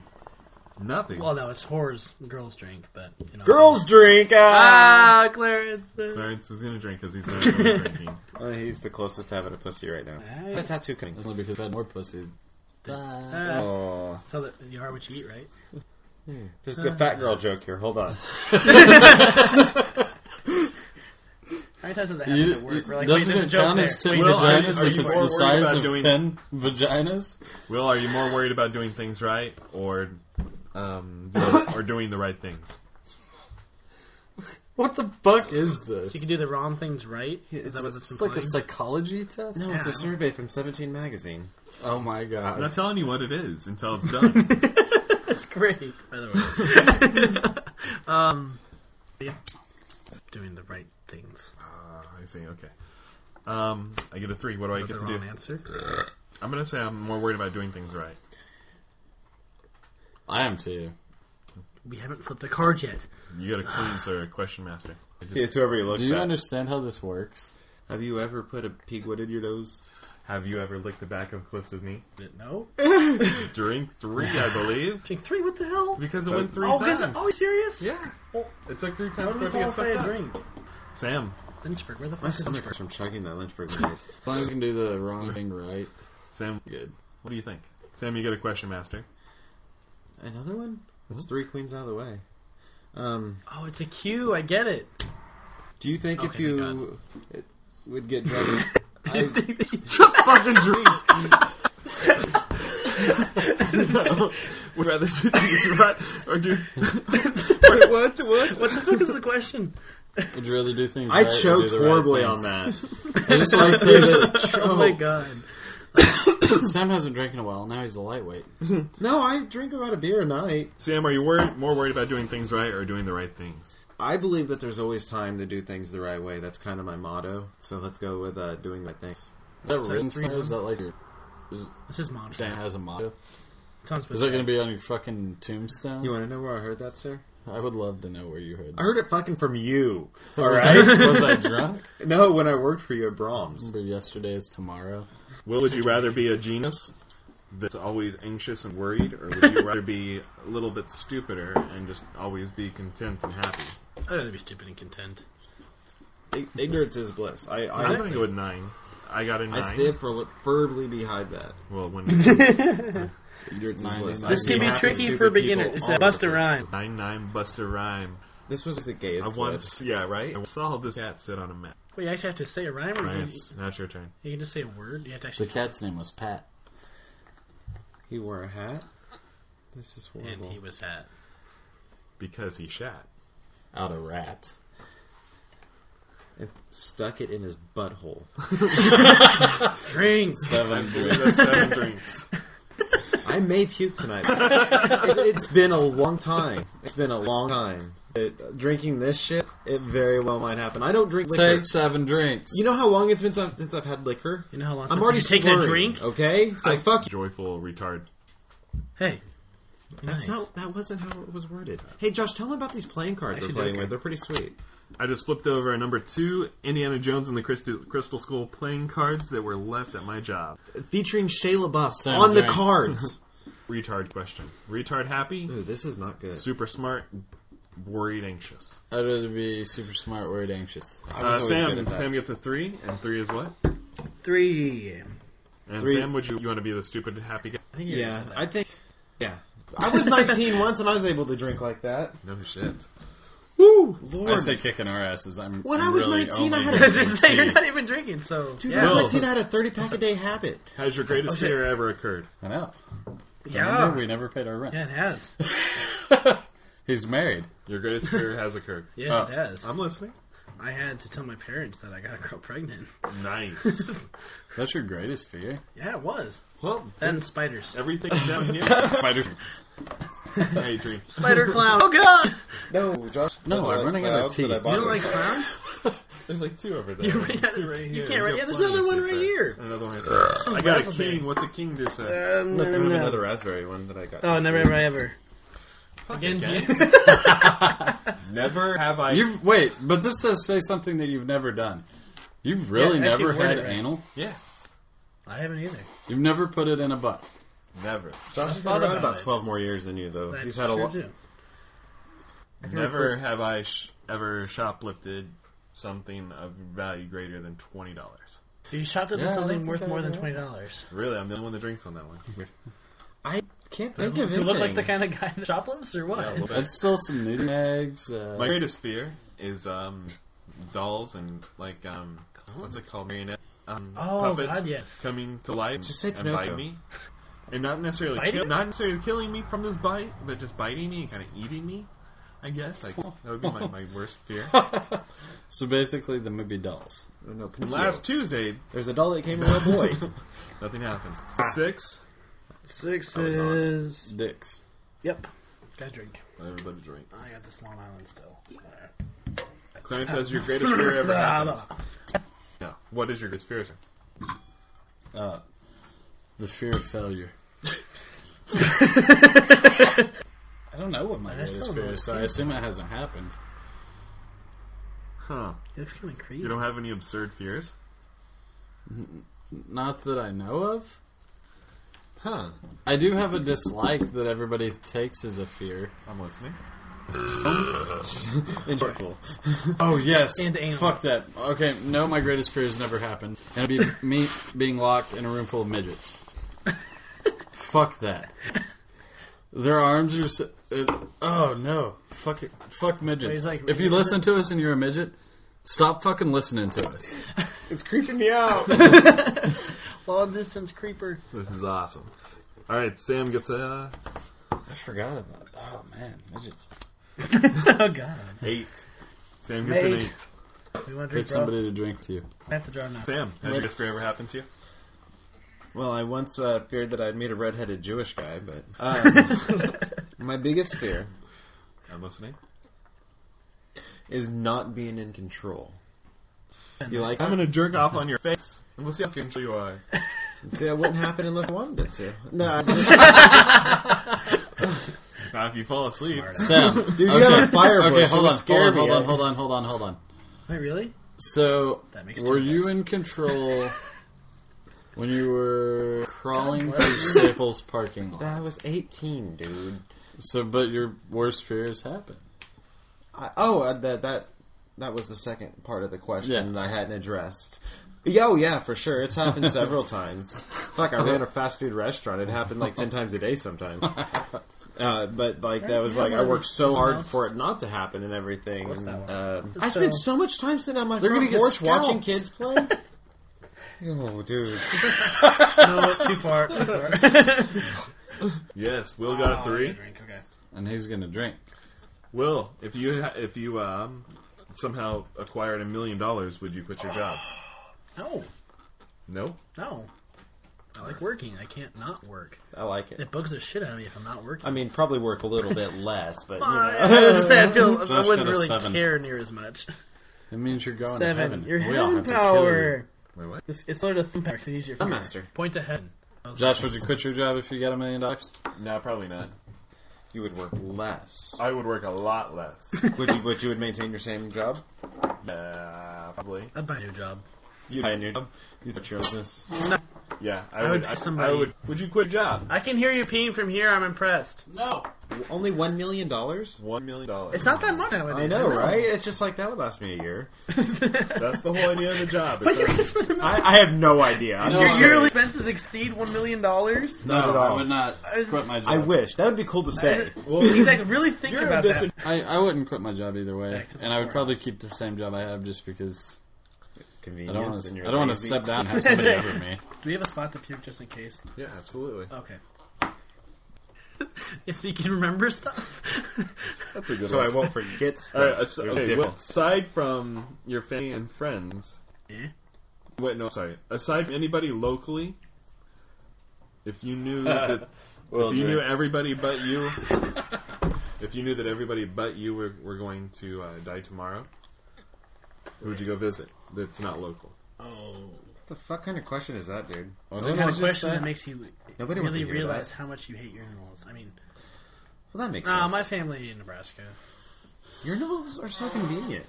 [SPEAKER 3] Nothing.
[SPEAKER 6] Well, no, it's whores. Girls drink, but you know.
[SPEAKER 4] Girls drink. Ah!
[SPEAKER 6] Ah, Clarence. uh,
[SPEAKER 3] Clarence is going to drink because he's not really drinking.
[SPEAKER 4] Uh, he's the closest to having a pussy right now.
[SPEAKER 6] Hey.
[SPEAKER 4] A tattoo cutting.
[SPEAKER 5] That's only because I had more pussy. Bye.
[SPEAKER 6] uh,
[SPEAKER 4] Oh,
[SPEAKER 6] so that you are what you eat, right?
[SPEAKER 4] there's the fat girl joke here. Hold on.
[SPEAKER 6] How many times does that happen
[SPEAKER 5] You,
[SPEAKER 6] at work? We're
[SPEAKER 5] it
[SPEAKER 6] like, wait,
[SPEAKER 5] doesn't
[SPEAKER 6] there's a
[SPEAKER 5] it
[SPEAKER 6] joke
[SPEAKER 5] count
[SPEAKER 6] there.
[SPEAKER 5] as ten
[SPEAKER 6] Wait,
[SPEAKER 3] Well, are you-
[SPEAKER 5] vaginas
[SPEAKER 3] are
[SPEAKER 5] if
[SPEAKER 3] you more
[SPEAKER 5] it's the
[SPEAKER 3] worried
[SPEAKER 5] size
[SPEAKER 3] about
[SPEAKER 5] of
[SPEAKER 3] doing-
[SPEAKER 5] ten vaginas?
[SPEAKER 3] Will, are you more worried about doing things right or um, do- or doing the right things?
[SPEAKER 5] What the fuck is this?
[SPEAKER 6] So you can do the wrong things right. is
[SPEAKER 4] It's,
[SPEAKER 6] that what that's
[SPEAKER 4] it's
[SPEAKER 5] like a
[SPEAKER 6] implying?
[SPEAKER 5] psychology test?
[SPEAKER 4] no, it's a survey from 17 magazine.
[SPEAKER 5] Oh my
[SPEAKER 3] I'm
[SPEAKER 5] god.
[SPEAKER 3] not telling you what it is until it's done.
[SPEAKER 6] That's great, by the way. um, yeah. doing the right things.
[SPEAKER 3] I see. Okay. Um, I get a three. What do I
[SPEAKER 6] But
[SPEAKER 3] get to
[SPEAKER 6] the
[SPEAKER 3] do?
[SPEAKER 6] wrong answer.
[SPEAKER 3] I'm gonna say I'm more worried about doing things right.
[SPEAKER 5] I am too.
[SPEAKER 6] We haven't flipped a card yet.
[SPEAKER 3] You got a clean, sir, question master. I just-
[SPEAKER 4] It's whoever you look
[SPEAKER 5] Do you
[SPEAKER 4] at.
[SPEAKER 5] understand how this works?
[SPEAKER 4] Have you ever put a pigwood in your nose?
[SPEAKER 3] Have you ever licked the back of Callista's knee?
[SPEAKER 6] No.
[SPEAKER 3] During three, I believe,
[SPEAKER 6] Drink three. What the hell?
[SPEAKER 3] because it went three
[SPEAKER 6] oh,
[SPEAKER 3] times.
[SPEAKER 6] because it's always serious.
[SPEAKER 3] Yeah, it's like three
[SPEAKER 6] How
[SPEAKER 3] times
[SPEAKER 6] do we
[SPEAKER 3] before you get
[SPEAKER 6] qualify
[SPEAKER 3] fucked
[SPEAKER 6] a
[SPEAKER 3] up.
[SPEAKER 6] drink?
[SPEAKER 3] Sam,
[SPEAKER 6] Lynchburg. Where the
[SPEAKER 4] My
[SPEAKER 6] fuck is
[SPEAKER 4] stomach hurts
[SPEAKER 6] Lynchburg?
[SPEAKER 4] from chugging that lunch burger. meat.
[SPEAKER 5] As long as you can do the wrong thing right,
[SPEAKER 3] Sam,
[SPEAKER 5] good.
[SPEAKER 3] what do you think? Sam, you get a question master.
[SPEAKER 4] Another one? That's three queens out of the way. Um,
[SPEAKER 6] Oh, it's a Q. I get it.
[SPEAKER 4] do you think if
[SPEAKER 6] Okay,
[SPEAKER 4] you it would get drunk? I,
[SPEAKER 3] Fucking drink. no, we'd rather do things right or do.
[SPEAKER 4] what, what, what?
[SPEAKER 6] What the fuck is the question?
[SPEAKER 5] Would you rather do things
[SPEAKER 4] I
[SPEAKER 5] right or do
[SPEAKER 4] choked
[SPEAKER 5] the right
[SPEAKER 4] horribly
[SPEAKER 5] things?
[SPEAKER 4] on that.
[SPEAKER 5] I just want to say that
[SPEAKER 6] Oh my god.
[SPEAKER 5] Sam hasn't drank in a while. Now he's a lightweight.
[SPEAKER 4] No, I drink about a beer a night.
[SPEAKER 3] Sam, are you worried more worried about doing things right or doing the right things?
[SPEAKER 4] I believe that there's always time to do things the right way. That's kind of my motto. So let's go with uh, doing right things.
[SPEAKER 5] Is that written
[SPEAKER 6] three
[SPEAKER 5] somewhere? Is that like your
[SPEAKER 6] This is monster.
[SPEAKER 5] Sam has a motto?
[SPEAKER 6] Tom's
[SPEAKER 5] Is that going to be on your fucking tombstone?
[SPEAKER 4] You want to know where I heard that, sir?
[SPEAKER 5] I would love to know where you heard.
[SPEAKER 4] I
[SPEAKER 5] that.
[SPEAKER 4] heard it fucking from you. All
[SPEAKER 5] was,
[SPEAKER 4] right.
[SPEAKER 5] I, was I drunk?
[SPEAKER 4] no, when I worked for you at Brahms.
[SPEAKER 5] Remember, yesterday is tomorrow.
[SPEAKER 3] Will, would you rather be a genius that's always anxious and worried, or would you rather be a little bit stupider and just always be content and happy?
[SPEAKER 6] I'd rather be stupid and content.
[SPEAKER 4] I- Ignorance is bliss. I
[SPEAKER 3] I'm
[SPEAKER 4] I,
[SPEAKER 3] gonna go with nine. I got a nine.
[SPEAKER 4] I stand for firmly behind that.
[SPEAKER 3] Well, when
[SPEAKER 4] Ignorance is
[SPEAKER 5] Nine
[SPEAKER 4] bliss.
[SPEAKER 5] is
[SPEAKER 4] I
[SPEAKER 5] nine.
[SPEAKER 6] This
[SPEAKER 4] see
[SPEAKER 6] can be
[SPEAKER 4] happy,
[SPEAKER 6] tricky
[SPEAKER 4] stupid
[SPEAKER 6] for
[SPEAKER 4] people
[SPEAKER 6] beginners. It's
[SPEAKER 4] all
[SPEAKER 6] a
[SPEAKER 4] over
[SPEAKER 6] bust
[SPEAKER 4] the
[SPEAKER 6] a
[SPEAKER 4] place.
[SPEAKER 6] rhyme.
[SPEAKER 3] nine nine Buster Rhyme.
[SPEAKER 4] This was the
[SPEAKER 3] I
[SPEAKER 4] gayest.
[SPEAKER 3] once, yeah, right. I saw this cat sit on a mat.
[SPEAKER 6] Wait, you actually have to say a rhyme, or you,
[SPEAKER 3] France, now it's your turn.
[SPEAKER 6] you can just say a word. You have to
[SPEAKER 5] The
[SPEAKER 6] actually.
[SPEAKER 5] cat's name was Pat.
[SPEAKER 4] list. He wore a hat. This is
[SPEAKER 6] And
[SPEAKER 4] horrible.
[SPEAKER 6] he was fat.
[SPEAKER 3] Because he shat.
[SPEAKER 5] Out of rat.
[SPEAKER 4] And stuck it in his butthole.
[SPEAKER 6] Drinks.
[SPEAKER 5] Seven
[SPEAKER 3] Maybe that's seven drinks.
[SPEAKER 4] I may puke tonight. It's- it's been a long time. It's been a long time. It, drinking this shit, it very well might happen. I don't drink liquor.
[SPEAKER 5] Take seven drinks.
[SPEAKER 4] You know how long it's been since since I've had liquor?
[SPEAKER 6] You know how long?
[SPEAKER 4] I'm
[SPEAKER 6] since
[SPEAKER 4] already
[SPEAKER 6] you've taken a
[SPEAKER 4] slurring,
[SPEAKER 6] drink.
[SPEAKER 4] Okay, so fuck you.
[SPEAKER 3] Joyful retard.
[SPEAKER 6] Hey,
[SPEAKER 4] That's
[SPEAKER 6] nice.
[SPEAKER 4] not. That wasn't how it was worded. Hey, Josh, tell them about these playing cards
[SPEAKER 6] Actually,
[SPEAKER 4] we're playing
[SPEAKER 6] they're
[SPEAKER 4] with. They're pretty sweet.
[SPEAKER 3] I just flipped over a number two Indiana Jones and the Crystal, Crystal Skull playing cards that were left at my job.
[SPEAKER 4] Featuring Shayla Buff
[SPEAKER 5] Sam
[SPEAKER 4] on the
[SPEAKER 5] James.
[SPEAKER 4] cards.
[SPEAKER 3] Retard question. Retard happy,
[SPEAKER 4] Ooh, this is not good.
[SPEAKER 3] super smart, worried, anxious.
[SPEAKER 5] I'd rather be super smart, worried, anxious.
[SPEAKER 4] I was
[SPEAKER 3] Uh,
[SPEAKER 4] always good
[SPEAKER 3] Sam
[SPEAKER 4] at that.
[SPEAKER 3] Sam gets a three, and three is what?
[SPEAKER 6] three.
[SPEAKER 3] And
[SPEAKER 4] Three.
[SPEAKER 3] Sam, would you, you want to be the stupid happy guy?
[SPEAKER 6] I think you
[SPEAKER 4] Yeah,
[SPEAKER 6] said that.
[SPEAKER 4] I think. Yeah, I was 19 once and I was able to drink like that.
[SPEAKER 3] No shit.
[SPEAKER 4] Woo,
[SPEAKER 5] I
[SPEAKER 4] Lord.
[SPEAKER 5] say kicking our asses. I'm
[SPEAKER 4] When
[SPEAKER 5] I'm
[SPEAKER 4] I was
[SPEAKER 5] really
[SPEAKER 4] 19, I
[SPEAKER 5] only
[SPEAKER 4] had a-
[SPEAKER 6] I was just saying you're
[SPEAKER 5] tea.
[SPEAKER 6] not even drinking, so
[SPEAKER 4] Dude,
[SPEAKER 6] yeah,
[SPEAKER 4] I
[SPEAKER 3] Well-
[SPEAKER 4] was 19. I had a 30 pack a day habit.
[SPEAKER 3] Has your greatest
[SPEAKER 6] Oh, shit.
[SPEAKER 3] fear ever occurred?
[SPEAKER 5] I know. Remember,
[SPEAKER 6] yeah.
[SPEAKER 5] we never paid our rent.
[SPEAKER 6] yeah, it has.
[SPEAKER 5] He's married.
[SPEAKER 3] Your greatest fear has occurred.
[SPEAKER 6] Yes,
[SPEAKER 5] Oh.
[SPEAKER 6] it has.
[SPEAKER 3] I'm listening.
[SPEAKER 6] I had to tell my parents that I got a girl pregnant.
[SPEAKER 3] Nice.
[SPEAKER 5] That's your greatest fear.
[SPEAKER 6] Yeah, it was.
[SPEAKER 3] well,
[SPEAKER 6] Then spiders.
[SPEAKER 3] everything down here.
[SPEAKER 5] Spider.
[SPEAKER 3] Hey, Dream.
[SPEAKER 6] Spider clown. Oh god!
[SPEAKER 7] No, Josh.
[SPEAKER 5] No, I'm running out of tea.
[SPEAKER 7] I
[SPEAKER 6] You
[SPEAKER 7] bought
[SPEAKER 6] don't like
[SPEAKER 7] like...
[SPEAKER 6] clowns?
[SPEAKER 3] There's like two over there.
[SPEAKER 6] You ran out of-
[SPEAKER 3] two right here.
[SPEAKER 6] you can't run-
[SPEAKER 3] got
[SPEAKER 6] yeah, there's
[SPEAKER 3] plenty
[SPEAKER 6] another one
[SPEAKER 3] to
[SPEAKER 6] right
[SPEAKER 3] say.
[SPEAKER 6] here. Oh,
[SPEAKER 3] Another one. I got a king. What's a king do, sir?
[SPEAKER 6] Um,
[SPEAKER 4] There would
[SPEAKER 6] never,
[SPEAKER 4] have been
[SPEAKER 6] never.
[SPEAKER 4] another raspberry one that I got.
[SPEAKER 6] Oh, never ever ever. Again,
[SPEAKER 3] Again? Never have I.
[SPEAKER 5] You've wait, but this says say something that you've never done. You've really
[SPEAKER 6] Yeah, actually
[SPEAKER 5] never had
[SPEAKER 6] worded it right.
[SPEAKER 5] anal.
[SPEAKER 3] Yeah.
[SPEAKER 6] I haven't either.
[SPEAKER 5] You've never put it in a butt.
[SPEAKER 3] Never.
[SPEAKER 4] Josh has been
[SPEAKER 6] thought
[SPEAKER 4] around
[SPEAKER 6] about
[SPEAKER 4] about
[SPEAKER 6] it.
[SPEAKER 4] twelve more years than you, though.
[SPEAKER 6] That's
[SPEAKER 4] He's had a
[SPEAKER 6] true,
[SPEAKER 4] lot.
[SPEAKER 6] too.
[SPEAKER 3] Never have I sh- ever shoplifted something of value greater than twenty dollars.
[SPEAKER 6] You shot them
[SPEAKER 5] Yeah, I
[SPEAKER 6] something
[SPEAKER 5] don't
[SPEAKER 6] worth
[SPEAKER 5] think I
[SPEAKER 6] more than
[SPEAKER 5] know.
[SPEAKER 6] twenty dollars.
[SPEAKER 3] Really, I'm the only one that drinks on that one.
[SPEAKER 4] I can't think of
[SPEAKER 6] You
[SPEAKER 4] anything.
[SPEAKER 6] look like the kind of guy that shoplifts, or what?
[SPEAKER 3] Yeah, a little bit.
[SPEAKER 5] That's still some nudie eggs. Uh,
[SPEAKER 3] My greatest fear is um, dolls and like um, what's it called, marionette um,
[SPEAKER 6] Oh,
[SPEAKER 3] puppets
[SPEAKER 6] God, yes.
[SPEAKER 3] coming to life
[SPEAKER 4] Just say
[SPEAKER 3] and bite
[SPEAKER 4] Pinocchio.
[SPEAKER 3] me, and not necessarily
[SPEAKER 6] Biting?
[SPEAKER 3] kill, not necessarily killing me from this bite, but just biting me and kind of eating me. I guess like, that would be my, my worst fear.
[SPEAKER 5] so basically, the movie Dolls.
[SPEAKER 4] Oh, no,
[SPEAKER 3] And
[SPEAKER 4] Pinocchio.
[SPEAKER 3] last Tuesday,
[SPEAKER 4] There's a doll that came with a boy.
[SPEAKER 3] nothing happened. Six.
[SPEAKER 6] Six
[SPEAKER 3] was on.
[SPEAKER 6] is
[SPEAKER 5] Dicks.
[SPEAKER 6] yep. Guys drink.
[SPEAKER 3] Everybody drinks.
[SPEAKER 6] I got this Long Island still.
[SPEAKER 3] Clarence says your greatest fear ever happened. No. What is your greatest fear? sir?
[SPEAKER 5] The fear of failure. I don't know what my
[SPEAKER 6] I
[SPEAKER 5] greatest
[SPEAKER 6] still
[SPEAKER 5] fear
[SPEAKER 6] don't
[SPEAKER 5] is, so I
[SPEAKER 6] see
[SPEAKER 5] assume it hasn't happened.
[SPEAKER 3] Huh.
[SPEAKER 6] It looks kind of crazy.
[SPEAKER 3] You don't have any absurd fears?
[SPEAKER 5] Not that I know of.
[SPEAKER 3] Huh.
[SPEAKER 5] I do have a dislike that everybody takes as a fear.
[SPEAKER 3] I'm listening.
[SPEAKER 4] Enjoyable.
[SPEAKER 5] Oh yes,
[SPEAKER 6] And anal.
[SPEAKER 5] fuck that. Okay, no, my greatest fear has never happened, and it'd be me being locked in a room full of midgets. fuck that. Their arms are. So, it, oh no, fuck it, fuck midgets.
[SPEAKER 6] he's like-
[SPEAKER 5] if you listen to us and you're a midget, stop fucking listening to us.
[SPEAKER 4] It's creeping me out.
[SPEAKER 6] Long distance creeper.
[SPEAKER 3] This is awesome. All right, Sam gets a uh,
[SPEAKER 5] I forgot about. Oh man, midgets.
[SPEAKER 6] oh god.
[SPEAKER 3] eight. Sam gets an
[SPEAKER 6] Eight.
[SPEAKER 3] eight.
[SPEAKER 6] We want to drink. Somebody.
[SPEAKER 5] Pick somebody to drink to you.
[SPEAKER 6] I have to draw now.
[SPEAKER 3] Sam, has your greatest fear ever happened to you?
[SPEAKER 4] Well, I once uh, feared that I'd meet a redheaded Jewish guy, but um, my biggest fear
[SPEAKER 3] I'm listening.
[SPEAKER 4] is not being in control. You like that?
[SPEAKER 3] I'm gonna jerk off on your face. And let's see how control you are.
[SPEAKER 4] See, that wouldn't happen unless I wanted it to. No, I just,
[SPEAKER 3] Now, if you fall asleep,
[SPEAKER 5] Sam,
[SPEAKER 4] dude, you have a fire
[SPEAKER 5] okay,
[SPEAKER 4] bush.
[SPEAKER 5] hold on,
[SPEAKER 4] scare
[SPEAKER 5] hold on,
[SPEAKER 4] me.
[SPEAKER 5] hold on, hold on, hold on, hold on.
[SPEAKER 6] Wait, really?
[SPEAKER 5] So,
[SPEAKER 6] That makes
[SPEAKER 5] were
[SPEAKER 6] two
[SPEAKER 5] you
[SPEAKER 6] of us.
[SPEAKER 5] in control when you were crawling through Staples parking lot?
[SPEAKER 4] I was 18, dude.
[SPEAKER 5] So, but your worst fears happen.
[SPEAKER 4] I, oh, uh, that that that was the second part of the question
[SPEAKER 5] Yeah.
[SPEAKER 4] that I hadn't addressed. Yo, yeah, for sure. It's happened several times. Fuck, I ran a fast food restaurant. It happened like ten times a day sometimes. Uh, but like that was
[SPEAKER 6] Yeah,
[SPEAKER 4] like I
[SPEAKER 6] well,
[SPEAKER 4] worked so
[SPEAKER 6] something
[SPEAKER 4] hard
[SPEAKER 6] else.
[SPEAKER 4] for it not to happen and everything.
[SPEAKER 6] What's that one?
[SPEAKER 4] Uh,
[SPEAKER 6] The
[SPEAKER 4] I spent
[SPEAKER 6] cell.
[SPEAKER 4] so much time sitting on my
[SPEAKER 5] They're
[SPEAKER 4] front
[SPEAKER 5] gonna get
[SPEAKER 4] porch
[SPEAKER 5] scalped.
[SPEAKER 4] watching kids play. oh, dude.
[SPEAKER 6] No, too far. Too far.
[SPEAKER 3] yes, Will got a three.
[SPEAKER 6] Oh, Drink, okay.
[SPEAKER 5] And he's gonna drink.
[SPEAKER 3] Will, if you ha- if you um, somehow acquired a million dollars, would you quit your job?
[SPEAKER 6] No,
[SPEAKER 3] No.
[SPEAKER 6] no. I like working. I can't not work.
[SPEAKER 4] I like it.
[SPEAKER 6] It bugs the shit out of me if I'm not working.
[SPEAKER 4] I mean, probably work a little bit less, but you know.
[SPEAKER 6] I was gonna say I feel I
[SPEAKER 5] Josh got
[SPEAKER 6] wouldn't
[SPEAKER 5] a
[SPEAKER 6] really
[SPEAKER 5] seven.
[SPEAKER 6] care near as much.
[SPEAKER 5] It means you're going to
[SPEAKER 6] Seven.
[SPEAKER 5] heaven.
[SPEAKER 6] Your
[SPEAKER 5] we all
[SPEAKER 6] heaven
[SPEAKER 5] have to kill you.
[SPEAKER 6] power.
[SPEAKER 3] Wait, what?
[SPEAKER 6] It's, it's sort of thumb power. It's an easier.
[SPEAKER 4] I'm
[SPEAKER 6] fear.
[SPEAKER 4] master.
[SPEAKER 6] Point to heaven.
[SPEAKER 5] Josh, would you quit your job if you got a million dollars?
[SPEAKER 3] No, probably not.
[SPEAKER 4] you would work less.
[SPEAKER 3] I would work a lot less.
[SPEAKER 4] would you? Would you would maintain your same job?
[SPEAKER 3] uh, probably.
[SPEAKER 6] I'd buy a new job.
[SPEAKER 4] You buy a new job. You the business.
[SPEAKER 3] Yeah, I,
[SPEAKER 6] would
[SPEAKER 3] would.
[SPEAKER 6] be
[SPEAKER 3] I,
[SPEAKER 6] somebody-
[SPEAKER 3] I would. Would you quit job?
[SPEAKER 6] I can hear you peeing from here. I'm impressed.
[SPEAKER 5] No.
[SPEAKER 4] Only one million dollars?
[SPEAKER 3] One million dollars.
[SPEAKER 6] It's not that much nowadays.
[SPEAKER 4] I know, right? It's just like that would last me a year.
[SPEAKER 3] That's the whole idea of the job. It's
[SPEAKER 6] Your
[SPEAKER 3] not-
[SPEAKER 4] I, I have no idea. I'm
[SPEAKER 5] No.
[SPEAKER 4] just saying.
[SPEAKER 6] yearly expenses exceed one million dollars.
[SPEAKER 4] Not at all.
[SPEAKER 5] I would not
[SPEAKER 6] was-
[SPEAKER 5] quit my job.
[SPEAKER 4] I wish that would be cool to say.
[SPEAKER 6] Exactly. Really think
[SPEAKER 3] You're a
[SPEAKER 6] about
[SPEAKER 3] dis-
[SPEAKER 6] that.
[SPEAKER 5] I, I wouldn't quit my job either way,
[SPEAKER 6] Back to the
[SPEAKER 5] and I would
[SPEAKER 6] farm.
[SPEAKER 5] probably keep the same job I have just because I
[SPEAKER 4] Convenience.
[SPEAKER 5] don't want
[SPEAKER 4] and
[SPEAKER 5] to.
[SPEAKER 4] you're
[SPEAKER 5] I don't want to
[SPEAKER 4] lazy.
[SPEAKER 5] step down and have somebody over me.
[SPEAKER 6] Do we have a spot to puke just in case?
[SPEAKER 3] yeah, absolutely.
[SPEAKER 6] Okay. so you can remember stuff.
[SPEAKER 3] That's a good
[SPEAKER 4] So I won't forget stuff.
[SPEAKER 3] All right, as-
[SPEAKER 4] There's
[SPEAKER 3] okay,
[SPEAKER 4] a
[SPEAKER 3] well,
[SPEAKER 4] difference.
[SPEAKER 3] aside from your family and friends,
[SPEAKER 6] Yeah.
[SPEAKER 3] wait, no, sorry. Aside from anybody locally, if you knew that
[SPEAKER 7] Well,
[SPEAKER 3] If you knew
[SPEAKER 7] Drake,
[SPEAKER 3] everybody but you, if you knew that everybody but you were, were going to uh, die tomorrow, who would you go visit? That's not local.
[SPEAKER 6] Oh,
[SPEAKER 4] What the fuck kind of question is that, dude?
[SPEAKER 6] it's the kind of question that makes you
[SPEAKER 4] Nobody wants to
[SPEAKER 6] really
[SPEAKER 4] hear that.
[SPEAKER 6] realize how much you hate your animals. I mean,
[SPEAKER 4] Well, that makes
[SPEAKER 6] nah,
[SPEAKER 4] sense.
[SPEAKER 6] my family in Nebraska.
[SPEAKER 4] Your novels are so convenient.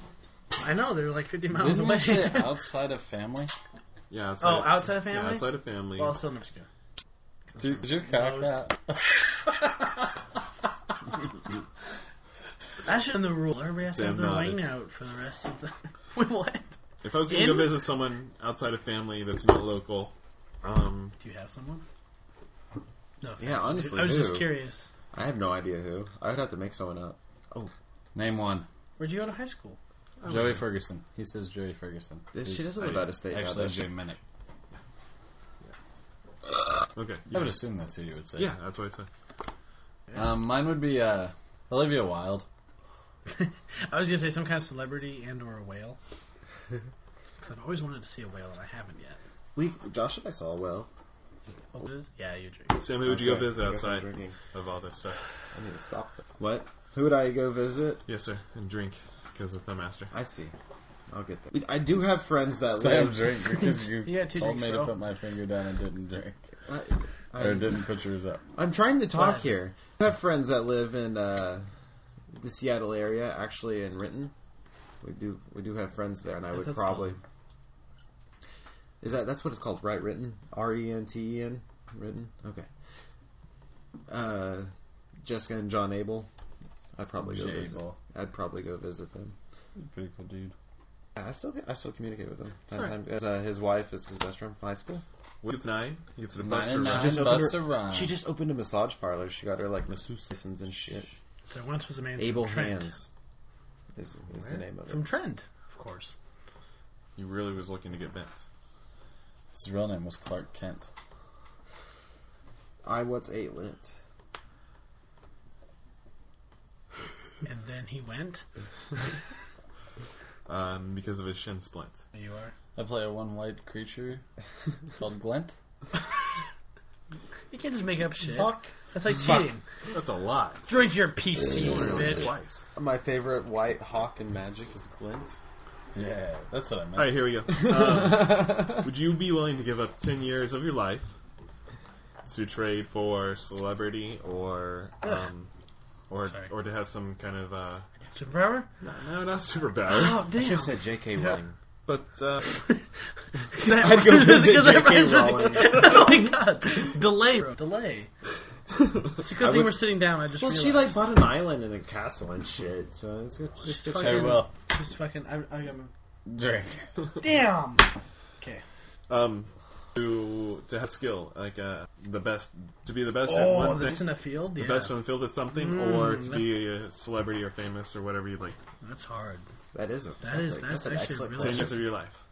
[SPEAKER 6] I know they're like 50 miles
[SPEAKER 5] Didn't
[SPEAKER 6] away.
[SPEAKER 5] we say outside of family?
[SPEAKER 3] Yeah. Outside,
[SPEAKER 6] oh, outside of
[SPEAKER 3] yeah,
[SPEAKER 6] family.
[SPEAKER 3] outside of family.
[SPEAKER 6] well, still Mexico.
[SPEAKER 5] Did, you cock that?
[SPEAKER 6] That should be the rule. Everybody has to have
[SPEAKER 3] Sam
[SPEAKER 6] their
[SPEAKER 3] nodded.
[SPEAKER 6] wing out for the rest of the. Wait, what?
[SPEAKER 3] if I was going to go
[SPEAKER 6] in-
[SPEAKER 3] visit someone outside of family that's not local, um,
[SPEAKER 6] Do you have someone? No.
[SPEAKER 4] Yeah, honestly,
[SPEAKER 6] I was just
[SPEAKER 4] who?
[SPEAKER 6] curious.
[SPEAKER 4] I have no idea who. I would have to make someone up.
[SPEAKER 5] Name one.
[SPEAKER 6] Where'd you go to high school?
[SPEAKER 5] Joey Ferguson. He says Joey Ferguson.
[SPEAKER 4] This-
[SPEAKER 5] He-
[SPEAKER 4] she doesn't
[SPEAKER 5] I-
[SPEAKER 4] live out of state now,
[SPEAKER 5] Actually,
[SPEAKER 4] does she?
[SPEAKER 5] Joey Minnick.
[SPEAKER 3] okay.
[SPEAKER 5] I would assume that's who you would say.
[SPEAKER 3] Yeah, that's what I said.
[SPEAKER 5] Um, mine would be uh, Olivia Wilde.
[SPEAKER 6] I was gonna say some kind of celebrity and or a whale. 'Cause I've always wanted to see a whale and I haven't yet.
[SPEAKER 4] We, Josh and I saw well.
[SPEAKER 6] Oh, what is- Yeah, you drink.
[SPEAKER 3] Sam, who would you go visit
[SPEAKER 4] I guess I'm
[SPEAKER 3] outside
[SPEAKER 4] drinking.
[SPEAKER 3] of all this stuff?
[SPEAKER 4] I need to stop. What? Who would I go visit?
[SPEAKER 3] Yes, sir. And drink because of the master.
[SPEAKER 4] I see. I'll get there. I do have friends that
[SPEAKER 5] Sam
[SPEAKER 4] live.
[SPEAKER 5] drink because you
[SPEAKER 6] You got two
[SPEAKER 5] told
[SPEAKER 6] drinks,
[SPEAKER 5] me
[SPEAKER 6] bro.
[SPEAKER 5] to put my finger down and didn't drink
[SPEAKER 4] I,
[SPEAKER 5] or
[SPEAKER 4] I'm,
[SPEAKER 5] didn't put yours up.
[SPEAKER 4] I'm trying to talk
[SPEAKER 6] Right.
[SPEAKER 4] here. I have friends that live in uh, the Seattle area, actually in Renton. We do we do have friends there, and I
[SPEAKER 6] How's
[SPEAKER 4] would
[SPEAKER 6] that
[SPEAKER 4] probably. Is that that's what it's called, right? Renton, R E N T E N, Renton. Okay. Uh, Jessica and John Abel. I'd probably go
[SPEAKER 5] Jay
[SPEAKER 4] visit.
[SPEAKER 5] Abel.
[SPEAKER 4] I'd probably go visit them.
[SPEAKER 5] Pretty cool dude.
[SPEAKER 4] I still I still communicate with him. Time, to time, 'cause, uh, his wife is his best friend from high school.
[SPEAKER 3] He gets nine. He gets to
[SPEAKER 5] Nine
[SPEAKER 3] bust around.
[SPEAKER 5] and
[SPEAKER 4] She
[SPEAKER 5] nine.
[SPEAKER 4] just opened
[SPEAKER 5] Busta
[SPEAKER 4] her-
[SPEAKER 5] Rhymes.
[SPEAKER 4] She just opened a massage parlor. She got her like masseuse license and shit.
[SPEAKER 6] There once was a man
[SPEAKER 4] Able
[SPEAKER 6] from Trent.
[SPEAKER 4] Hands is, is the name of
[SPEAKER 6] From
[SPEAKER 4] it.
[SPEAKER 6] Trent, of course.
[SPEAKER 3] He really was looking to get bent.
[SPEAKER 5] His real name was Clark Kent.
[SPEAKER 4] I what's eight lit.
[SPEAKER 6] And then he went.
[SPEAKER 3] Um, because of his shin splints.
[SPEAKER 6] There you are.
[SPEAKER 5] I play a one white creature called Glent.
[SPEAKER 6] You can't just make up shit.
[SPEAKER 4] Fuck.
[SPEAKER 6] That's like cheating.
[SPEAKER 3] That's a lot.
[SPEAKER 6] Drink your peace tea, you bitch.
[SPEAKER 3] Twice.
[SPEAKER 4] My favorite white hawk in Magic is Glint.
[SPEAKER 5] Yeah, that's what I meant.
[SPEAKER 3] All right, here we go. Um, would you be willing to give up 10 years of your life to trade for celebrity or um, or
[SPEAKER 6] Sorry.
[SPEAKER 3] or to have some kind of uh,
[SPEAKER 6] Superpower?
[SPEAKER 3] no, not super bad,
[SPEAKER 6] Oh, damn.
[SPEAKER 4] I should have said J.K. Rowling.
[SPEAKER 3] but uh,
[SPEAKER 4] I'd go visit J.K. Rowling.
[SPEAKER 6] oh my god. Delay, bro. Delay. It's a good thing
[SPEAKER 4] would-
[SPEAKER 6] we're sitting down. I just
[SPEAKER 4] Well,
[SPEAKER 6] realized.
[SPEAKER 4] she like bought an island and a castle and shit. So it's good. Just, just,
[SPEAKER 5] I will
[SPEAKER 6] Just fucking. I, I got my.
[SPEAKER 5] drink.
[SPEAKER 6] Damn! Okay.
[SPEAKER 3] um, to to have skill like uh, the best to be the best at
[SPEAKER 6] Oh,
[SPEAKER 3] one
[SPEAKER 6] this
[SPEAKER 3] thing,
[SPEAKER 6] in a field? Yeah.
[SPEAKER 3] the best in the field at something,
[SPEAKER 6] Mm,
[SPEAKER 3] or to
[SPEAKER 6] that's-
[SPEAKER 3] be a celebrity or famous or whatever you'd like.
[SPEAKER 6] That's hard.
[SPEAKER 4] that is a,
[SPEAKER 6] That
[SPEAKER 4] that's
[SPEAKER 6] is-
[SPEAKER 4] a,
[SPEAKER 6] that's
[SPEAKER 4] that's an
[SPEAKER 6] actually
[SPEAKER 4] excellent
[SPEAKER 6] really
[SPEAKER 3] 10
[SPEAKER 4] question.
[SPEAKER 3] years of your life.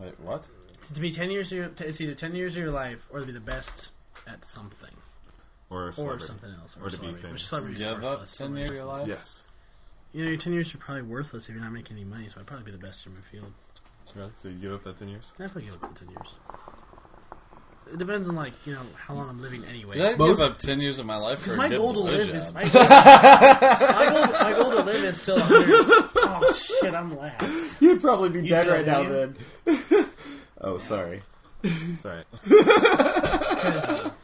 [SPEAKER 5] Wait, what?
[SPEAKER 6] To be 10 years of your. t- It's either 10 years of your life or to be the best at something.
[SPEAKER 3] Or, a
[SPEAKER 6] Or
[SPEAKER 3] celebrity.
[SPEAKER 6] something else. Or,
[SPEAKER 3] Or to be
[SPEAKER 6] celebrity,
[SPEAKER 3] famous.
[SPEAKER 6] Which celebrity is
[SPEAKER 5] Give up
[SPEAKER 6] worthless.
[SPEAKER 5] ten years of your life.
[SPEAKER 3] Yes.
[SPEAKER 6] You know, your 10 years are probably worthless if you're not making any money, so I'd probably be the best in my field.
[SPEAKER 3] Really? So you give up that 10 years?
[SPEAKER 6] I'd probably give up in 10 years. It depends on, like, you know, how long I'm living anyway.
[SPEAKER 5] Did I
[SPEAKER 4] Most-
[SPEAKER 5] give up ten years of my life for
[SPEAKER 6] Because
[SPEAKER 5] a
[SPEAKER 6] my
[SPEAKER 5] good
[SPEAKER 6] goal to live
[SPEAKER 5] blowjob?
[SPEAKER 6] is my goal, my, goal, my goal to live is still. 100. Oh shit! I'm last.
[SPEAKER 4] You'd probably be
[SPEAKER 6] You
[SPEAKER 4] dead right now
[SPEAKER 6] dumb.
[SPEAKER 4] then. oh, sorry.
[SPEAKER 3] Sorry.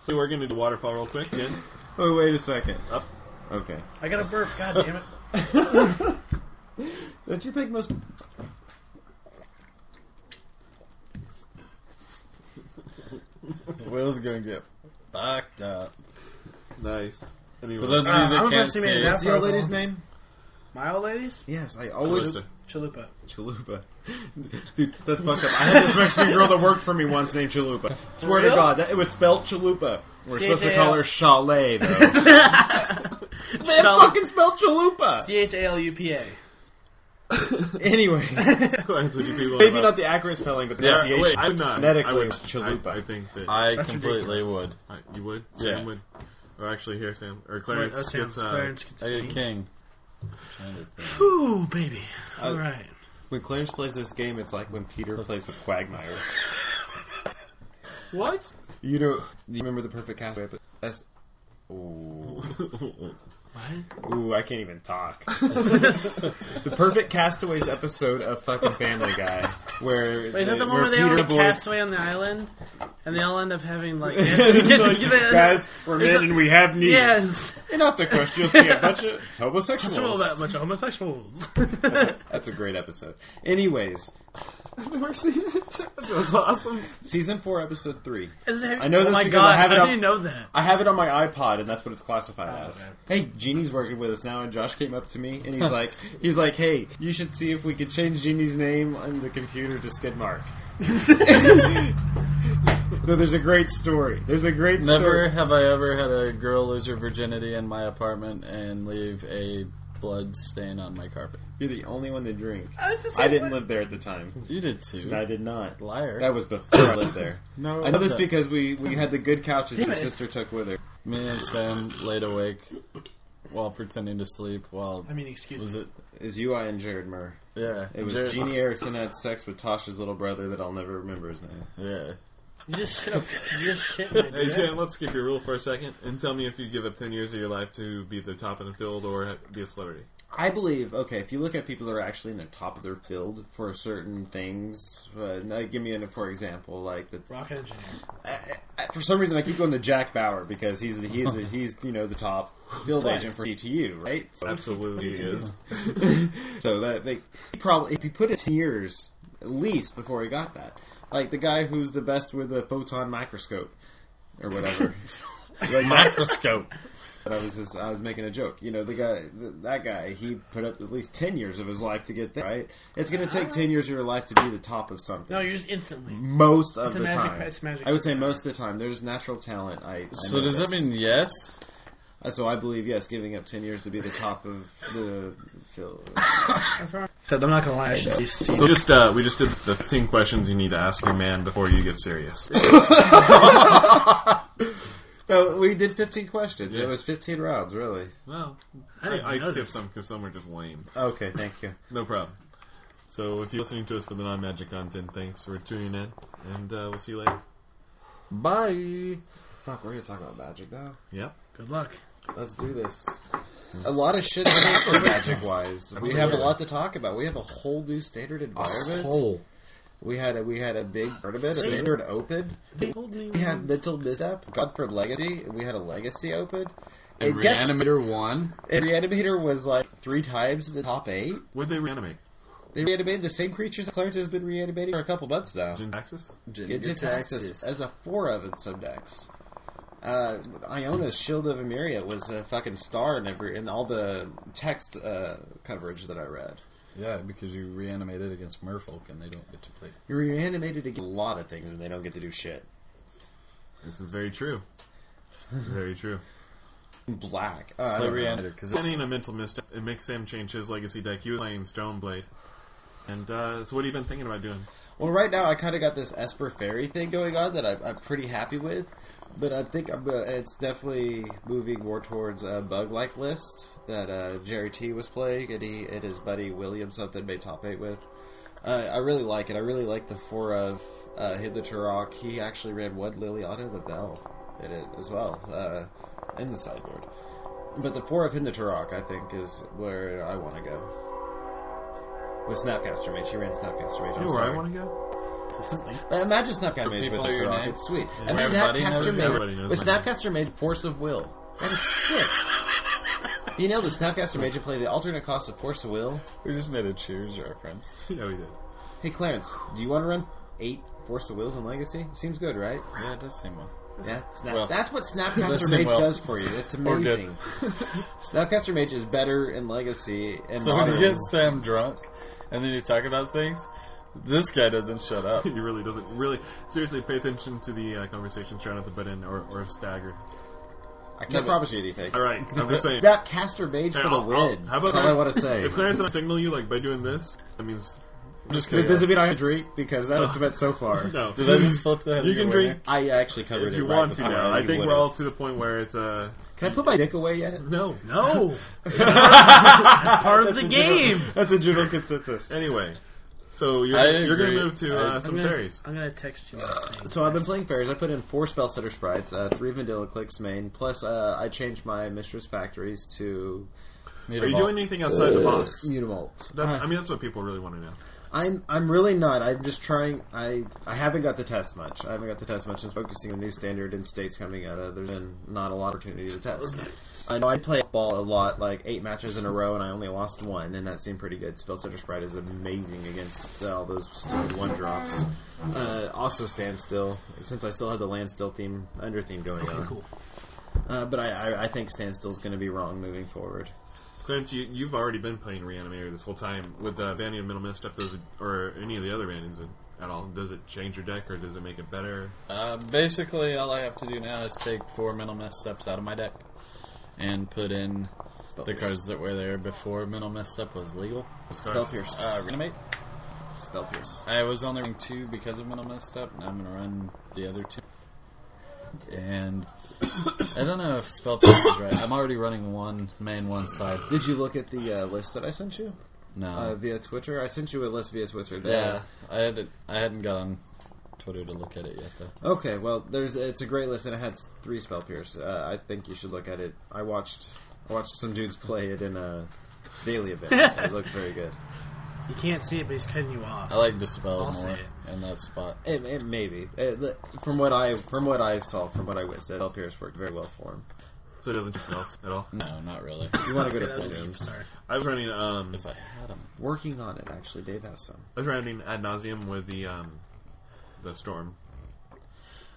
[SPEAKER 3] so we're going to do waterfall real quick again.
[SPEAKER 4] Oh, wait a second.
[SPEAKER 3] Up.
[SPEAKER 4] Okay.
[SPEAKER 6] I got a burp. God damn it!
[SPEAKER 4] Don't you think most?
[SPEAKER 5] Will's gonna get fucked up.
[SPEAKER 3] Nice. Anyway,
[SPEAKER 5] For those of
[SPEAKER 6] Uh,
[SPEAKER 5] you
[SPEAKER 6] I'm
[SPEAKER 5] that
[SPEAKER 6] about
[SPEAKER 5] can't
[SPEAKER 6] to
[SPEAKER 5] see,
[SPEAKER 6] make that
[SPEAKER 5] it,
[SPEAKER 4] What's the old lady's name?
[SPEAKER 6] My old ladies,
[SPEAKER 4] Yes, I always
[SPEAKER 3] Calista.
[SPEAKER 6] chalupa.
[SPEAKER 4] Chalupa. Dude, that's fucked up. I had this Mexican girl that worked for me once named Chalupa. Swear to
[SPEAKER 6] real?
[SPEAKER 4] God, that, it was spelled Chalupa. We're supposed to call her Chalet, though. they
[SPEAKER 6] Chal-
[SPEAKER 4] fucking spelled Chalupa!
[SPEAKER 6] C H A L U P A.
[SPEAKER 4] Anyway,
[SPEAKER 3] Clients, would you be willing
[SPEAKER 4] maybe
[SPEAKER 3] to-
[SPEAKER 4] not the accurate spelling, but the
[SPEAKER 3] Yeah,
[SPEAKER 4] pronunciation.
[SPEAKER 3] wait, I'm not.
[SPEAKER 4] Phonetically,
[SPEAKER 3] I would,
[SPEAKER 4] it's chalupa.
[SPEAKER 3] I, I think that
[SPEAKER 5] I
[SPEAKER 6] That's
[SPEAKER 5] completely would.
[SPEAKER 3] I- you would.
[SPEAKER 5] Yeah.
[SPEAKER 3] Sam would. Or actually, here, Sam or Clarence
[SPEAKER 6] That's him.
[SPEAKER 3] gets. Uh,
[SPEAKER 6] Clarence gets
[SPEAKER 5] I
[SPEAKER 6] a
[SPEAKER 5] get
[SPEAKER 6] king.
[SPEAKER 5] king. Trying to think.
[SPEAKER 6] Ooh, baby. All right.
[SPEAKER 4] When Clarence plays this game, it's like when Peter plays with Quagmire.
[SPEAKER 3] What?
[SPEAKER 4] You know, you remember the perfect castaway? But S. Ooh.
[SPEAKER 6] What?
[SPEAKER 4] Ooh, I can't even talk. the perfect castaways episode of fucking Family Guy, where
[SPEAKER 6] Wait, is that the one where they all
[SPEAKER 4] Peter
[SPEAKER 6] get
[SPEAKER 4] Boyd-
[SPEAKER 6] cast away on the island, and they all end up having like guys?
[SPEAKER 4] Guys, we're
[SPEAKER 6] There's
[SPEAKER 4] men
[SPEAKER 6] a-
[SPEAKER 4] and we have needs.
[SPEAKER 6] Yes,
[SPEAKER 4] Enough the crush. You'll see a bunch of
[SPEAKER 6] It's all
[SPEAKER 4] homosexuals.
[SPEAKER 6] that much homosexuals.
[SPEAKER 4] That's a great episode. Anyways,
[SPEAKER 3] never seen it. That's awesome.
[SPEAKER 4] season four, episode three.
[SPEAKER 6] Is there-
[SPEAKER 4] I know
[SPEAKER 6] oh
[SPEAKER 4] this
[SPEAKER 6] my
[SPEAKER 4] because
[SPEAKER 6] God,
[SPEAKER 4] I have it
[SPEAKER 6] how
[SPEAKER 4] on-
[SPEAKER 6] do you know that?
[SPEAKER 4] I have it on my iPod, and that's what it's classified as.
[SPEAKER 6] man.
[SPEAKER 4] Hey, Genie's working with us now, and Josh came up to me, and he's like, he's like, hey, you should see if we could change Genie's name on the computer to Skidmark. no, there's a great story. There's a great
[SPEAKER 5] Never
[SPEAKER 4] story.
[SPEAKER 5] have I ever had a girl lose her virginity in my apartment and leave a blood stain on my carpet.
[SPEAKER 4] You're the only one to drink.
[SPEAKER 6] I was just
[SPEAKER 4] I
[SPEAKER 6] saying,
[SPEAKER 4] didn't
[SPEAKER 6] what-
[SPEAKER 4] live there at the time.
[SPEAKER 5] You did too.
[SPEAKER 4] I did not.
[SPEAKER 5] Liar.
[SPEAKER 4] That was before I lived there.
[SPEAKER 5] No,
[SPEAKER 4] I know this
[SPEAKER 5] that-
[SPEAKER 4] because we, we had the good couches your
[SPEAKER 6] it.
[SPEAKER 4] sister took with her.
[SPEAKER 5] Me and Sam laid awake while pretending to sleep while
[SPEAKER 6] I mean, excuse
[SPEAKER 5] was
[SPEAKER 6] me.
[SPEAKER 5] it
[SPEAKER 4] It was you, I, and Jared Murr.
[SPEAKER 5] yeah
[SPEAKER 4] It was
[SPEAKER 5] Jared-
[SPEAKER 4] Jeannie Erickson had sex with Tasha's little brother that I'll never remember his name.
[SPEAKER 5] yeah
[SPEAKER 6] You just shit. Up, you just shit. my
[SPEAKER 3] Hey,
[SPEAKER 6] bed.
[SPEAKER 3] Sam, let's skip your rule for a second and tell me if you give up 10 years of your life to be the top of the field or be a celebrity.
[SPEAKER 4] I believe okay. If you look at people that are actually in the top of their field for certain things, uh, now give me an for example. Like the,
[SPEAKER 6] Rock engineer.
[SPEAKER 4] I- for some reason, I keep going to Jack Bauer because he's the, he's the, he's you know the top field
[SPEAKER 6] Right.
[SPEAKER 4] agent for DTU, right? So,
[SPEAKER 3] Absolutely he is.
[SPEAKER 4] so that they he probably if you put it years at least before he got that, like the guy who's the best with the photon microscope or whatever. like that-
[SPEAKER 5] microscope
[SPEAKER 4] But I was just I was making a joke. You know, the guy, th that guy, he put up at least ten years of his life to get there. Right? It's going to take ten years of your life to be the top of something.
[SPEAKER 6] No, you just instantly.
[SPEAKER 4] most of
[SPEAKER 6] It's a
[SPEAKER 4] the
[SPEAKER 6] magic-
[SPEAKER 4] time,
[SPEAKER 6] it's magic
[SPEAKER 4] I would say
[SPEAKER 6] system.
[SPEAKER 4] most of the time, there's natural talent. I, I
[SPEAKER 5] so
[SPEAKER 4] know
[SPEAKER 5] does that
[SPEAKER 4] this.
[SPEAKER 5] mean yes
[SPEAKER 4] Uh, So I believe yes, giving up ten years to be the top of the field.
[SPEAKER 6] That's wrong. Said I'm not gonna lie. I should be seen.
[SPEAKER 3] So just, uh, we just did the 15 questions you need to ask your man before you get serious.
[SPEAKER 4] No, we did fifteen questions.
[SPEAKER 3] Yeah.
[SPEAKER 4] It was fifteen rounds, really.
[SPEAKER 3] Well,
[SPEAKER 6] I
[SPEAKER 3] I,
[SPEAKER 6] didn't
[SPEAKER 3] I
[SPEAKER 6] know
[SPEAKER 3] skipped
[SPEAKER 6] this.
[SPEAKER 3] some because some were just lame.
[SPEAKER 4] Okay, thank you.
[SPEAKER 3] No problem. So if you're listening to us for the non-magic content, thanks for tuning in, and uh, we'll see you later.
[SPEAKER 5] bye
[SPEAKER 4] Fuck, we're gonna talk about magic now.
[SPEAKER 3] Yep.
[SPEAKER 6] Good luck.
[SPEAKER 4] Let's do this. A lot of shit happened magic wise. We have a lot to talk about. We have a whole new standard environment. We had a we had a big tournament, a standard open. We have mental mishap, Godford Legacy, and we had a legacy open. And, guess
[SPEAKER 5] reanimator one
[SPEAKER 4] and Reanimator was like three times the top eight.
[SPEAKER 3] What'd they reanimate?
[SPEAKER 4] They reanimated the same creatures Clarence has been reanimating for a couple months now.
[SPEAKER 3] Jin Taxis?
[SPEAKER 4] Get to Texas as a four of its subdecks. Uh, Iona's Shield of Emeria was a fucking star in every in all the text uh, coverage that I read.
[SPEAKER 5] yeah because you reanimated against merfolk and they don't get to play
[SPEAKER 4] You reanimated a lot of things and they don't get to do shit.
[SPEAKER 3] This is very true. Very true.
[SPEAKER 4] Black. Uh, I
[SPEAKER 5] play
[SPEAKER 4] don't know.
[SPEAKER 5] reanimator because
[SPEAKER 3] Sending a mental misstep, it makes Sam change his legacy deck. He was playing Stoneblade. And uh, so what have you been thinking about doing?
[SPEAKER 4] Well, right now I kind of got this Esper Fairy thing going on that I, I'm pretty happy with, but I think I'm, uh, it's definitely moving more towards a bug-like list that uh, Jerry T was playing, and he and his buddy William something made top eight with. Uh, I really like it. I really like the four of uh, Hid the Turok. He actually ran one Liliana the Bell in it as well uh, in the sideboard. But the four of Hid the Turok, I think, is where I want to go. With Snapcaster Mage, he ran Snapcaster Mage. I'm
[SPEAKER 3] You know where I
[SPEAKER 4] sorry.
[SPEAKER 3] want to go?
[SPEAKER 4] Uh, Imagine Snapcaster made
[SPEAKER 5] people
[SPEAKER 4] with
[SPEAKER 5] your
[SPEAKER 4] Turok.
[SPEAKER 5] name.
[SPEAKER 4] It's sweet.
[SPEAKER 3] Where
[SPEAKER 4] Imagine
[SPEAKER 3] everybody knows-
[SPEAKER 4] Snapcaster
[SPEAKER 3] everybody
[SPEAKER 4] made
[SPEAKER 3] knows
[SPEAKER 4] with
[SPEAKER 3] my name.
[SPEAKER 4] Snapcaster made Force of Will. That is sick. you know the Snapcaster made you play the alternate cost of Force of Will.
[SPEAKER 5] we just made a cheers reference
[SPEAKER 3] Yeah, we did.
[SPEAKER 4] Hey Clarence, do you want to run eight Force of Wills in Legacy? Seems good, right?
[SPEAKER 5] yeah it does seem well
[SPEAKER 4] Yeah, snap.
[SPEAKER 5] Well,
[SPEAKER 4] that's what Snapcaster
[SPEAKER 5] listen,
[SPEAKER 4] Mage
[SPEAKER 5] well.
[SPEAKER 4] does for you. It's
[SPEAKER 5] Or good.
[SPEAKER 4] amazing. Snapcaster Mage is better in Legacy and
[SPEAKER 5] so when
[SPEAKER 4] modern.
[SPEAKER 5] you get Sam drunk and then you talk about things this guy doesn't shut up
[SPEAKER 3] He really doesn't. Really, seriously, pay attention to the uh, conversations trying not to butt in or, or stagger.
[SPEAKER 4] I can't
[SPEAKER 5] No, but-
[SPEAKER 4] promise you anything.
[SPEAKER 3] All right, I'm just saying.
[SPEAKER 4] Snapcaster Mage
[SPEAKER 3] Hey,
[SPEAKER 4] for the
[SPEAKER 3] I'll- I'll-
[SPEAKER 4] win.
[SPEAKER 3] how about
[SPEAKER 4] That's all I
[SPEAKER 3] that?
[SPEAKER 4] want to say.
[SPEAKER 3] If Clarence doesn't signal you like by doing this, that means
[SPEAKER 5] I'm just
[SPEAKER 4] Does
[SPEAKER 5] kidding.
[SPEAKER 4] it doesn't mean I have to drink because that's meant so far.
[SPEAKER 3] no.
[SPEAKER 5] Did I just flip the head
[SPEAKER 3] You
[SPEAKER 5] of your
[SPEAKER 3] can
[SPEAKER 5] way?
[SPEAKER 3] drink
[SPEAKER 4] I actually covered
[SPEAKER 3] if
[SPEAKER 4] it
[SPEAKER 3] you
[SPEAKER 4] right
[SPEAKER 3] want to
[SPEAKER 4] before
[SPEAKER 3] now.
[SPEAKER 4] you
[SPEAKER 3] I think
[SPEAKER 4] would've.
[SPEAKER 3] we're all to the point where it's uh,
[SPEAKER 4] Can I put my dick away yet?
[SPEAKER 3] no.
[SPEAKER 6] No, that's part of the game.
[SPEAKER 4] That's a general consensus.
[SPEAKER 3] Anyway, So you're,
[SPEAKER 5] I
[SPEAKER 3] you're going to
[SPEAKER 5] agree.
[SPEAKER 3] move to
[SPEAKER 5] I-
[SPEAKER 3] uh,
[SPEAKER 5] I'm
[SPEAKER 3] some
[SPEAKER 6] I'm gonna,
[SPEAKER 3] fairies.
[SPEAKER 6] I'm gonna text you. my thing.
[SPEAKER 4] So I've been playing fairies. I put in four spell setter sprites, uh, three vanilla clicks main. Plus, uh, I changed my mistress factories to
[SPEAKER 5] Need
[SPEAKER 3] Are
[SPEAKER 5] a
[SPEAKER 3] you
[SPEAKER 5] vault.
[SPEAKER 3] doing anything outside the box?
[SPEAKER 4] mutamalt.
[SPEAKER 3] That's, I mean, that's what people really want to know.
[SPEAKER 4] I'm I'm really not. I'm just trying. I I haven't got the test much. I haven't got the test much. I'm focusing on new standard and states coming out. Uh, there's been not a lot of opportunity to test. I know I play ball a lot, like eight matches in a row, and I only lost one, and that seemed pretty good. Spell Setter Sprite is amazing against uh, all those stupid one drops. Uh, also standstill, since I still had the land still theme under theme going on.
[SPEAKER 6] cool.
[SPEAKER 4] Uh, but I, I I think standstill's going to be wrong moving forward.
[SPEAKER 3] Clint, you, you've already been playing Reanimator this whole time. With uh, Banyan of Middle Misstep, does it, or any of the other Banyans in- at all, does it change your deck or does it make it better?
[SPEAKER 5] Uh, basically, all I have to do now is take four mental mess steps out of my deck and put in
[SPEAKER 4] Spell
[SPEAKER 5] the
[SPEAKER 4] pierce.
[SPEAKER 5] cards that were there before mental mess step was legal.
[SPEAKER 4] Spell pierce.
[SPEAKER 5] Uh, reanimate.
[SPEAKER 4] Spell pierce.
[SPEAKER 5] I was only running two because of mental misstep, and I'm going to run the other two. And I don't know if spell pierce is right. I'm already running one main, one side.
[SPEAKER 4] Did you look at the uh, list that I sent you?
[SPEAKER 5] No,
[SPEAKER 4] uh, via Twitter. I sent you a list via Twitter. didn't
[SPEAKER 5] Mm. yeah, I hadn't. I hadn't got on Twitter to look at it yet, though.
[SPEAKER 4] I? Okay. Well, there's it's a great list, and it had s- three spell pierce. Uh, I think you should look at it. I watched I watched some dudes play it in a daily event. it looked very good.
[SPEAKER 6] You can't see it, but he's cutting you off.
[SPEAKER 5] I like dispel
[SPEAKER 6] I'll say
[SPEAKER 5] more
[SPEAKER 6] it.
[SPEAKER 5] in that spot.
[SPEAKER 4] It, it maybe it, the- from what I from what I saw from what I witnessed, spell pierce worked very well for him.
[SPEAKER 3] So it doesn't do anything else at all.
[SPEAKER 5] No, not really.
[SPEAKER 4] You want to
[SPEAKER 6] Okay,
[SPEAKER 4] go
[SPEAKER 6] that
[SPEAKER 4] to
[SPEAKER 6] was deep,
[SPEAKER 4] Flames?
[SPEAKER 6] Sorry.
[SPEAKER 3] I was running um,
[SPEAKER 5] if I had them,
[SPEAKER 4] Working on it actually. Dave has some.
[SPEAKER 3] I was running ad nauseum with the um, the storm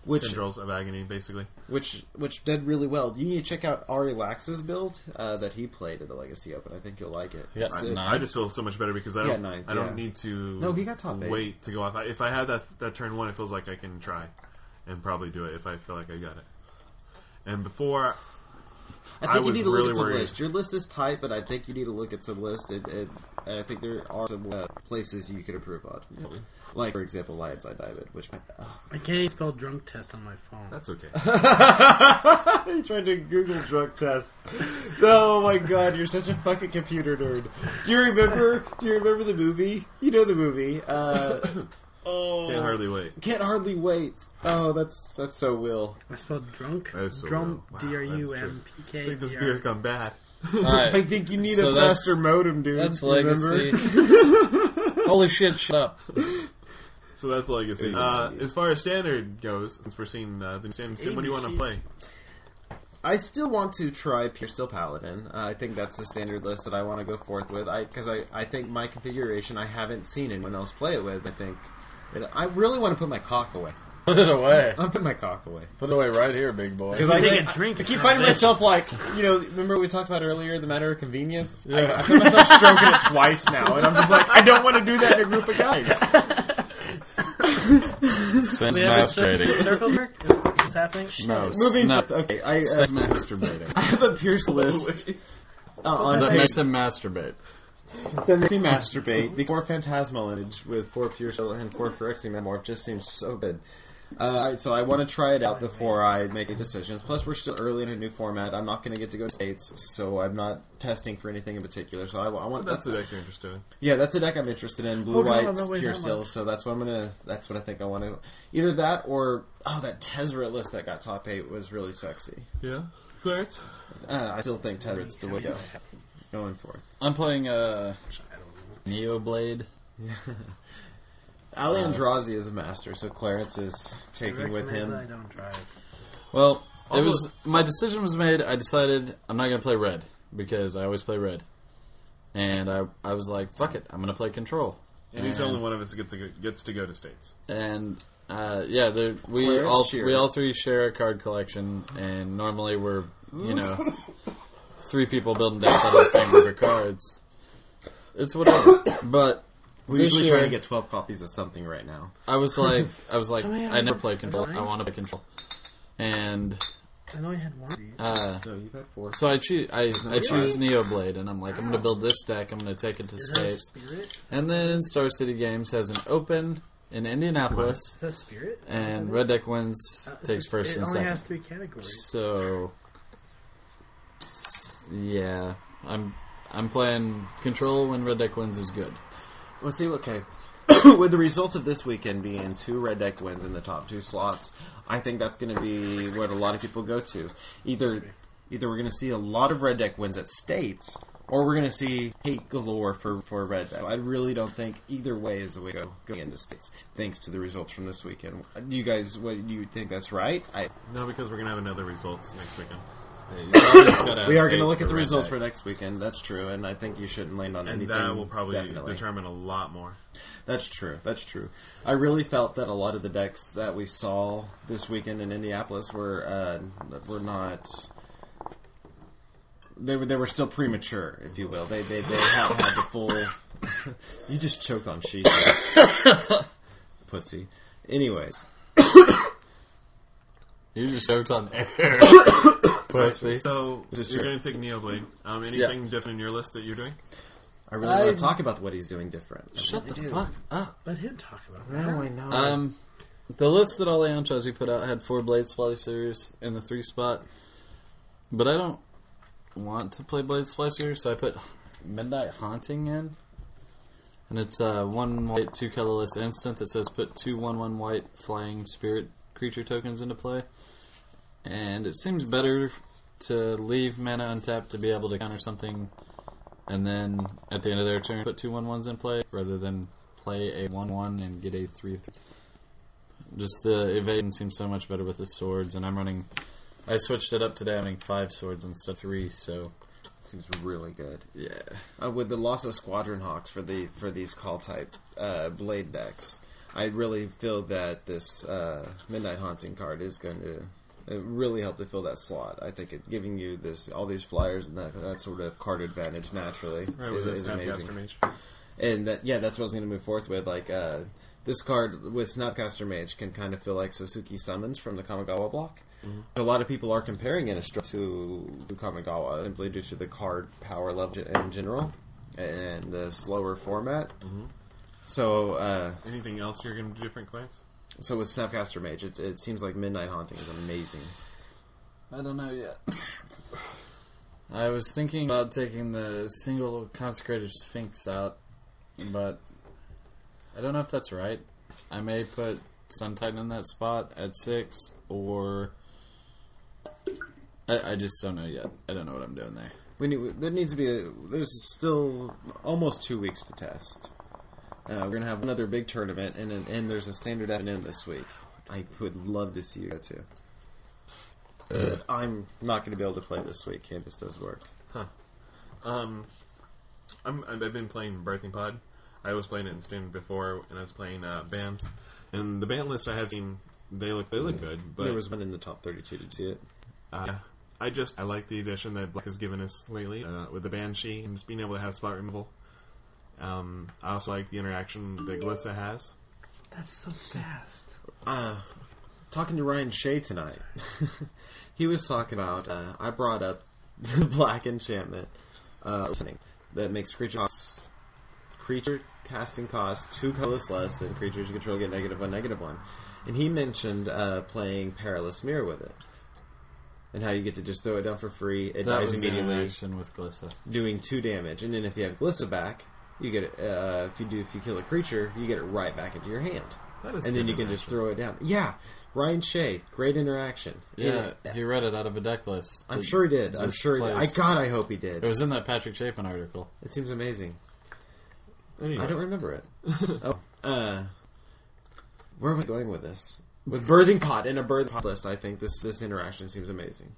[SPEAKER 4] Which
[SPEAKER 3] tendrils of agony, basically.
[SPEAKER 4] which which did really well. You need to check out Ari Lax's build uh, that he played at the Legacy Open. I think you'll like it.
[SPEAKER 5] He got
[SPEAKER 4] It's-
[SPEAKER 5] nine.
[SPEAKER 4] it's-
[SPEAKER 3] I just feel so much better because I don't.
[SPEAKER 4] Yeah, ninth,
[SPEAKER 3] I don't
[SPEAKER 4] yeah.
[SPEAKER 3] need to.
[SPEAKER 4] No, he got top eight.
[SPEAKER 3] Wait to go off. I- If I had that that turn one, it feels like I can try, and probably do it if I feel like I got it. And before,
[SPEAKER 4] I think
[SPEAKER 3] I
[SPEAKER 4] you
[SPEAKER 3] was
[SPEAKER 4] need to look
[SPEAKER 3] really
[SPEAKER 4] at some
[SPEAKER 3] worried.
[SPEAKER 4] list. Your list is tight, but I think you need to look at some list. And, and I think there are some uh, places you could improve on.
[SPEAKER 3] Mm-hmm.
[SPEAKER 4] Like, for example, Lion's Eye Diamond, which I, oh,
[SPEAKER 6] I can't even spell drunk test on my phone.
[SPEAKER 3] that's okay.
[SPEAKER 4] I tried to Google drug test. oh my god, you're such a fucking computer nerd. Do you remember? Do you remember the movie? You know the movie. Uh, oh,
[SPEAKER 3] Can't hardly wait.
[SPEAKER 4] Can't hardly wait. Oh, that's that's so will.
[SPEAKER 6] I spelled drunk.
[SPEAKER 3] That is so
[SPEAKER 6] drunk.
[SPEAKER 3] real. Wow,
[SPEAKER 6] D r
[SPEAKER 3] that's
[SPEAKER 6] u
[SPEAKER 3] true.
[SPEAKER 6] m p k.
[SPEAKER 3] I think this beer's gone bad.
[SPEAKER 5] All right.
[SPEAKER 4] I think you need
[SPEAKER 5] So
[SPEAKER 4] a
[SPEAKER 5] that's-
[SPEAKER 4] faster modem, dude.
[SPEAKER 5] That's
[SPEAKER 4] remember?
[SPEAKER 5] legacy. Holy shit! Shut up.
[SPEAKER 3] So that's legacy.
[SPEAKER 4] Yeah.
[SPEAKER 3] Uh, as far as standard goes, since we're seeing uh, the new standard, Sim, what do you want to
[SPEAKER 6] ABC.
[SPEAKER 3] play?
[SPEAKER 4] I still want to try Pure Steel Paladin. Uh, I think that's the standard list that I want to go forth with. I because I, I think my configuration I haven't seen anyone else play it with. I think and I really want to put my cock away.
[SPEAKER 5] Put it away.
[SPEAKER 4] I'm putting my cock away
[SPEAKER 5] Put it away right here, big boy.
[SPEAKER 4] because I,
[SPEAKER 6] Take a
[SPEAKER 4] I-
[SPEAKER 6] drink.
[SPEAKER 4] I keep finding
[SPEAKER 6] bitch.
[SPEAKER 4] myself like you know. Remember we talked about earlier the matter of convenience. I, I find myself stroking it twice now, and I'm just like I don't want to do that in a group of guys.
[SPEAKER 1] Since
[SPEAKER 6] We have a cir-
[SPEAKER 1] masturbating.
[SPEAKER 6] Circle jerk? Is this happening?
[SPEAKER 5] No,
[SPEAKER 4] Moving.
[SPEAKER 5] no.
[SPEAKER 4] Okay, I, uh,
[SPEAKER 5] Sex masturbating.
[SPEAKER 4] I have a Pierce list uh, on
[SPEAKER 5] That
[SPEAKER 4] page
[SPEAKER 5] makes him masturbate.
[SPEAKER 4] Then we masturbate. The four phantasmal image with four pure soul and four phyrexian metamorph just seems so good. Uh, I- so I want to try it out before I make any decisions. Plus, we're still early in a new format. I'm not going to get to go to states, so I'm not testing for anything in particular. So I, I want
[SPEAKER 3] That's the deck you're interested in.
[SPEAKER 4] yeah, that's a deck I'm interested in. Blue
[SPEAKER 6] Oh, no, no,
[SPEAKER 4] whites,
[SPEAKER 6] wait,
[SPEAKER 4] pure
[SPEAKER 6] never
[SPEAKER 4] steel.
[SPEAKER 6] mind.
[SPEAKER 4] So that's what I'm gonna. That's what I think I want to. Either that or oh, that Tezzeret list that got top eight was really sexy.
[SPEAKER 3] Yeah, Clarence.
[SPEAKER 4] Uh, I still think Tezzeret's the way to go. Going for it.
[SPEAKER 5] I'm playing uh, Neo Blade.
[SPEAKER 4] Ali Andrazi is a master, so Clarence is taking with
[SPEAKER 6] Recognize
[SPEAKER 4] him.
[SPEAKER 6] that I don't drive.
[SPEAKER 5] Well,
[SPEAKER 4] Oh.
[SPEAKER 5] it was my decision was made. I decided I'm not going to play red because I always play red, and I I was like, fuck it, I'm going to play control.
[SPEAKER 3] And he's the only one of us that gets to go, gets to go to states.
[SPEAKER 5] and uh, yeah, there, we
[SPEAKER 4] Clarence
[SPEAKER 5] all
[SPEAKER 4] Shearer.
[SPEAKER 5] we all three share a card collection, and normally we're you know three people building decks out of the same number of cards. It's whatever, but
[SPEAKER 4] We're
[SPEAKER 5] this
[SPEAKER 4] usually
[SPEAKER 5] year,
[SPEAKER 4] trying to get 12 copies of something right now.
[SPEAKER 5] I was like, I was like,
[SPEAKER 6] man,
[SPEAKER 5] I never
[SPEAKER 6] I'm-
[SPEAKER 5] play control.
[SPEAKER 6] I'm
[SPEAKER 5] I want to play control, and
[SPEAKER 6] I know I had one of these.
[SPEAKER 5] uh,
[SPEAKER 4] So you've had four.
[SPEAKER 5] so I choose I, I choose Neoblade, and I'm like, I'm gonna build this deck. I'm gonna take it to
[SPEAKER 6] Is that a
[SPEAKER 5] states,
[SPEAKER 6] spirit? Is
[SPEAKER 5] and then Star City Games has an open in Indianapolis,
[SPEAKER 6] that a spirit?
[SPEAKER 5] and Red Deck wins,
[SPEAKER 6] Uh, it's
[SPEAKER 5] takes
[SPEAKER 6] a-
[SPEAKER 5] first
[SPEAKER 6] it
[SPEAKER 5] and
[SPEAKER 6] only
[SPEAKER 5] second.
[SPEAKER 6] has three categories.
[SPEAKER 5] So, yeah, I'm I'm playing control when red deck wins is good.
[SPEAKER 4] Let's see. Okay, with the results of this weekend being two red deck wins in the top two slots, I think that's going to be what a lot of people go to. Either either we're going to see a lot of red deck wins at states, or we're going to see hate galore for for red deck. I really don't think either way is the way to go going into states. Thanks to the results from this weekend, do you guys what do you think that's right? I
[SPEAKER 3] No, because we're gonna have another results next weekend.
[SPEAKER 4] we are going to look at the results for next weekend. That's true, and I think you shouldn't land on
[SPEAKER 3] And
[SPEAKER 4] anything.
[SPEAKER 3] that will probably
[SPEAKER 4] definitely.
[SPEAKER 3] determine a lot more.
[SPEAKER 4] That's true. That's true. I really felt that a lot of the decks that we saw this weekend in Indianapolis were uh, were not. They were they were still premature, if you will. They they they haven't had the full. you just choked on sheep, pussy. Anyways,
[SPEAKER 5] You just choked on air. Pussy.
[SPEAKER 3] So
[SPEAKER 4] This
[SPEAKER 3] you're
[SPEAKER 4] year.
[SPEAKER 3] gonna take Neoblade. Um, anything different in your list that you're doing?
[SPEAKER 4] I really want
[SPEAKER 5] I-
[SPEAKER 4] to talk about what he's doing different.
[SPEAKER 5] Shut the fuck up.
[SPEAKER 6] Let him talk about it.
[SPEAKER 4] No, I know.
[SPEAKER 5] Um, the list that Olean Chazzy put out had four Blade Splicers and the three spot, but I don't want to play Blade Splicer, so I put Midnight Haunting in. And it's uh, one white, two colorless instant that says put two one one white flying spirit creature tokens into play. And it seems better to leave mana untapped to be able to counter something, and then at the end of their turn put two one ones in play rather than play a one one and get a three three. Just the evasion seems so much better with the swords, and I'm running. I switched it up today. I'm running five swords instead of three. So
[SPEAKER 4] seems really good.
[SPEAKER 5] yeah,
[SPEAKER 4] uh, with the loss of Squadron Hawks for the for these call type uh, blade decks, I really feel that this uh, Midnight Haunting card is going to uh, really help to fill that slot. I think it giving you this all these flyers and that that sort of card advantage naturally
[SPEAKER 3] Right,
[SPEAKER 4] is,
[SPEAKER 3] was it
[SPEAKER 4] is amazing.
[SPEAKER 3] Snapcaster Mage?
[SPEAKER 4] And that yeah, that's what I was going to move forth with. Like uh, this card with Snapcaster Mage can kind of feel like Suzuki summons from the Kamigawa block. A lot of people are comparing Innistrad to to Kamigawa simply due to the card power level in general and the slower format. So uh,
[SPEAKER 3] Anything else you're gonna do different, Clarence?
[SPEAKER 4] so with Snapcaster Mage, it's, it seems like Midnight Haunting is amazing.
[SPEAKER 5] I don't know yet. I was thinking about taking the single consecrated sphinx out, but I don't know if that's right. I may put Sun Titan in that spot at six, or I, I just don't know yet. I don't know what I'm doing there.
[SPEAKER 4] We need, there needs to be a, there's still almost two weeks to test. Uh, we're gonna have another big tournament, and and, and there's a standard afternoon this week. I would love to see you go to. I'm not gonna be able to play this week. Candace does work.
[SPEAKER 3] Um, I'm, I've I've been playing Birthing Pod. I was playing it in standard before, and I was playing uh, bands. And the band list I have seen, they look they look good. But
[SPEAKER 4] there was one in the top 32. Did you see it?
[SPEAKER 3] uh, I just I like the addition that Black has given us lately uh, with the Banshee and just being able to have spot removal. Um, I also like the interaction that Glissa has.
[SPEAKER 6] That's so fast.
[SPEAKER 4] talking to Ryan Shea tonight. he was talking about uh, I brought up the black enchantment uh, listening that makes creature costs, creature casting costs two colors less than creatures you control get negative one negative one, and he mentioned uh, playing perilous mirror with it. And how you get to just throw it down for free, it
[SPEAKER 5] That
[SPEAKER 4] dies
[SPEAKER 5] was the
[SPEAKER 4] immediately,
[SPEAKER 5] interaction with Glissa.
[SPEAKER 4] doing two damage. And then if you have Glissa back, you get it, uh, if you do if you kill a creature, you get it right back into your hand
[SPEAKER 3] That is
[SPEAKER 4] and then
[SPEAKER 3] good
[SPEAKER 4] you can just
[SPEAKER 3] interaction.
[SPEAKER 4] throw it down. Yeah, Ryan Shea, great interaction.
[SPEAKER 5] Yeah,
[SPEAKER 4] And,
[SPEAKER 5] he read it out of a deck list.
[SPEAKER 4] I'm sure he did. I'm
[SPEAKER 5] Just
[SPEAKER 4] sure. He did. I
[SPEAKER 5] plays.
[SPEAKER 4] God, I hope he
[SPEAKER 5] It
[SPEAKER 4] did.
[SPEAKER 5] was in that Patrick Chapin article.
[SPEAKER 4] It seems amazing.
[SPEAKER 3] Anyway,
[SPEAKER 4] I don't remember it. oh, uh, where am I going with this? With birthing pot and a birthing pot list, I think this this interaction seems amazing.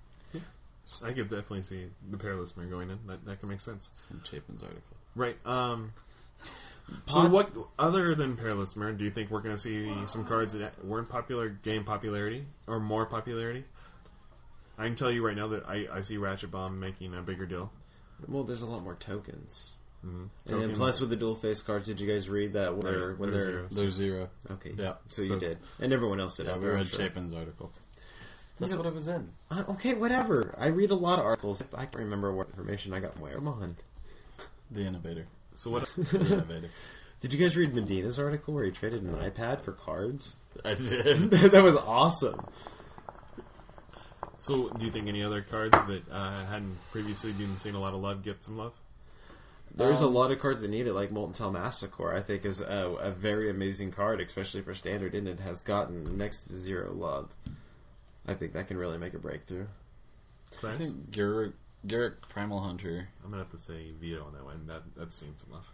[SPEAKER 3] I could definitely see the Perilous Mirror going in. That that can make sense.
[SPEAKER 5] It's in Chapin's article.
[SPEAKER 3] Right. Um, so,
[SPEAKER 4] Pod-
[SPEAKER 3] what other than Perilous Mirror do you think we're going to see some cards that weren't popular gain popularity or more popularity? I can tell you right now that I, I see Ratchet Bomb making a bigger deal.
[SPEAKER 4] Well, there's a lot more tokens.
[SPEAKER 5] Mm-hmm.
[SPEAKER 4] And then
[SPEAKER 3] Tokens.
[SPEAKER 4] plus with the dual face cards, did you guys read that when they're
[SPEAKER 3] Right,
[SPEAKER 4] when
[SPEAKER 3] they're
[SPEAKER 4] they're
[SPEAKER 3] zeros.
[SPEAKER 5] There's zero.
[SPEAKER 4] okay?
[SPEAKER 5] Yeah,
[SPEAKER 4] so, you
[SPEAKER 3] so-
[SPEAKER 4] did, and everyone else did.
[SPEAKER 5] Yeah,
[SPEAKER 4] I'm
[SPEAKER 5] we read
[SPEAKER 4] sure.
[SPEAKER 5] Chapin's article. That's
[SPEAKER 4] Yeah.
[SPEAKER 5] what it was in.
[SPEAKER 4] Uh, okay, whatever. I read a lot of articles. I can't remember what information I got from where. Come on.
[SPEAKER 5] The Innovator.
[SPEAKER 3] So what?
[SPEAKER 5] The Innovator.
[SPEAKER 4] Did you guys read Medina's article where he traded an iPad for cards?
[SPEAKER 5] I did.
[SPEAKER 4] that was awesome.
[SPEAKER 3] so do you think any other cards that uh, hadn't previously been seen a lot of love get some love?
[SPEAKER 4] There's a lot of cards that need it, like Molten Tell Massacre. I think is a, a very amazing card, especially for standard, and it has gotten next to zero love. I think that can really make a breakthrough.
[SPEAKER 5] I
[SPEAKER 3] Clarence?
[SPEAKER 5] think Garrick, Garrick Primal Hunter.
[SPEAKER 3] I'm gonna have to say veto on that one. That that seems enough.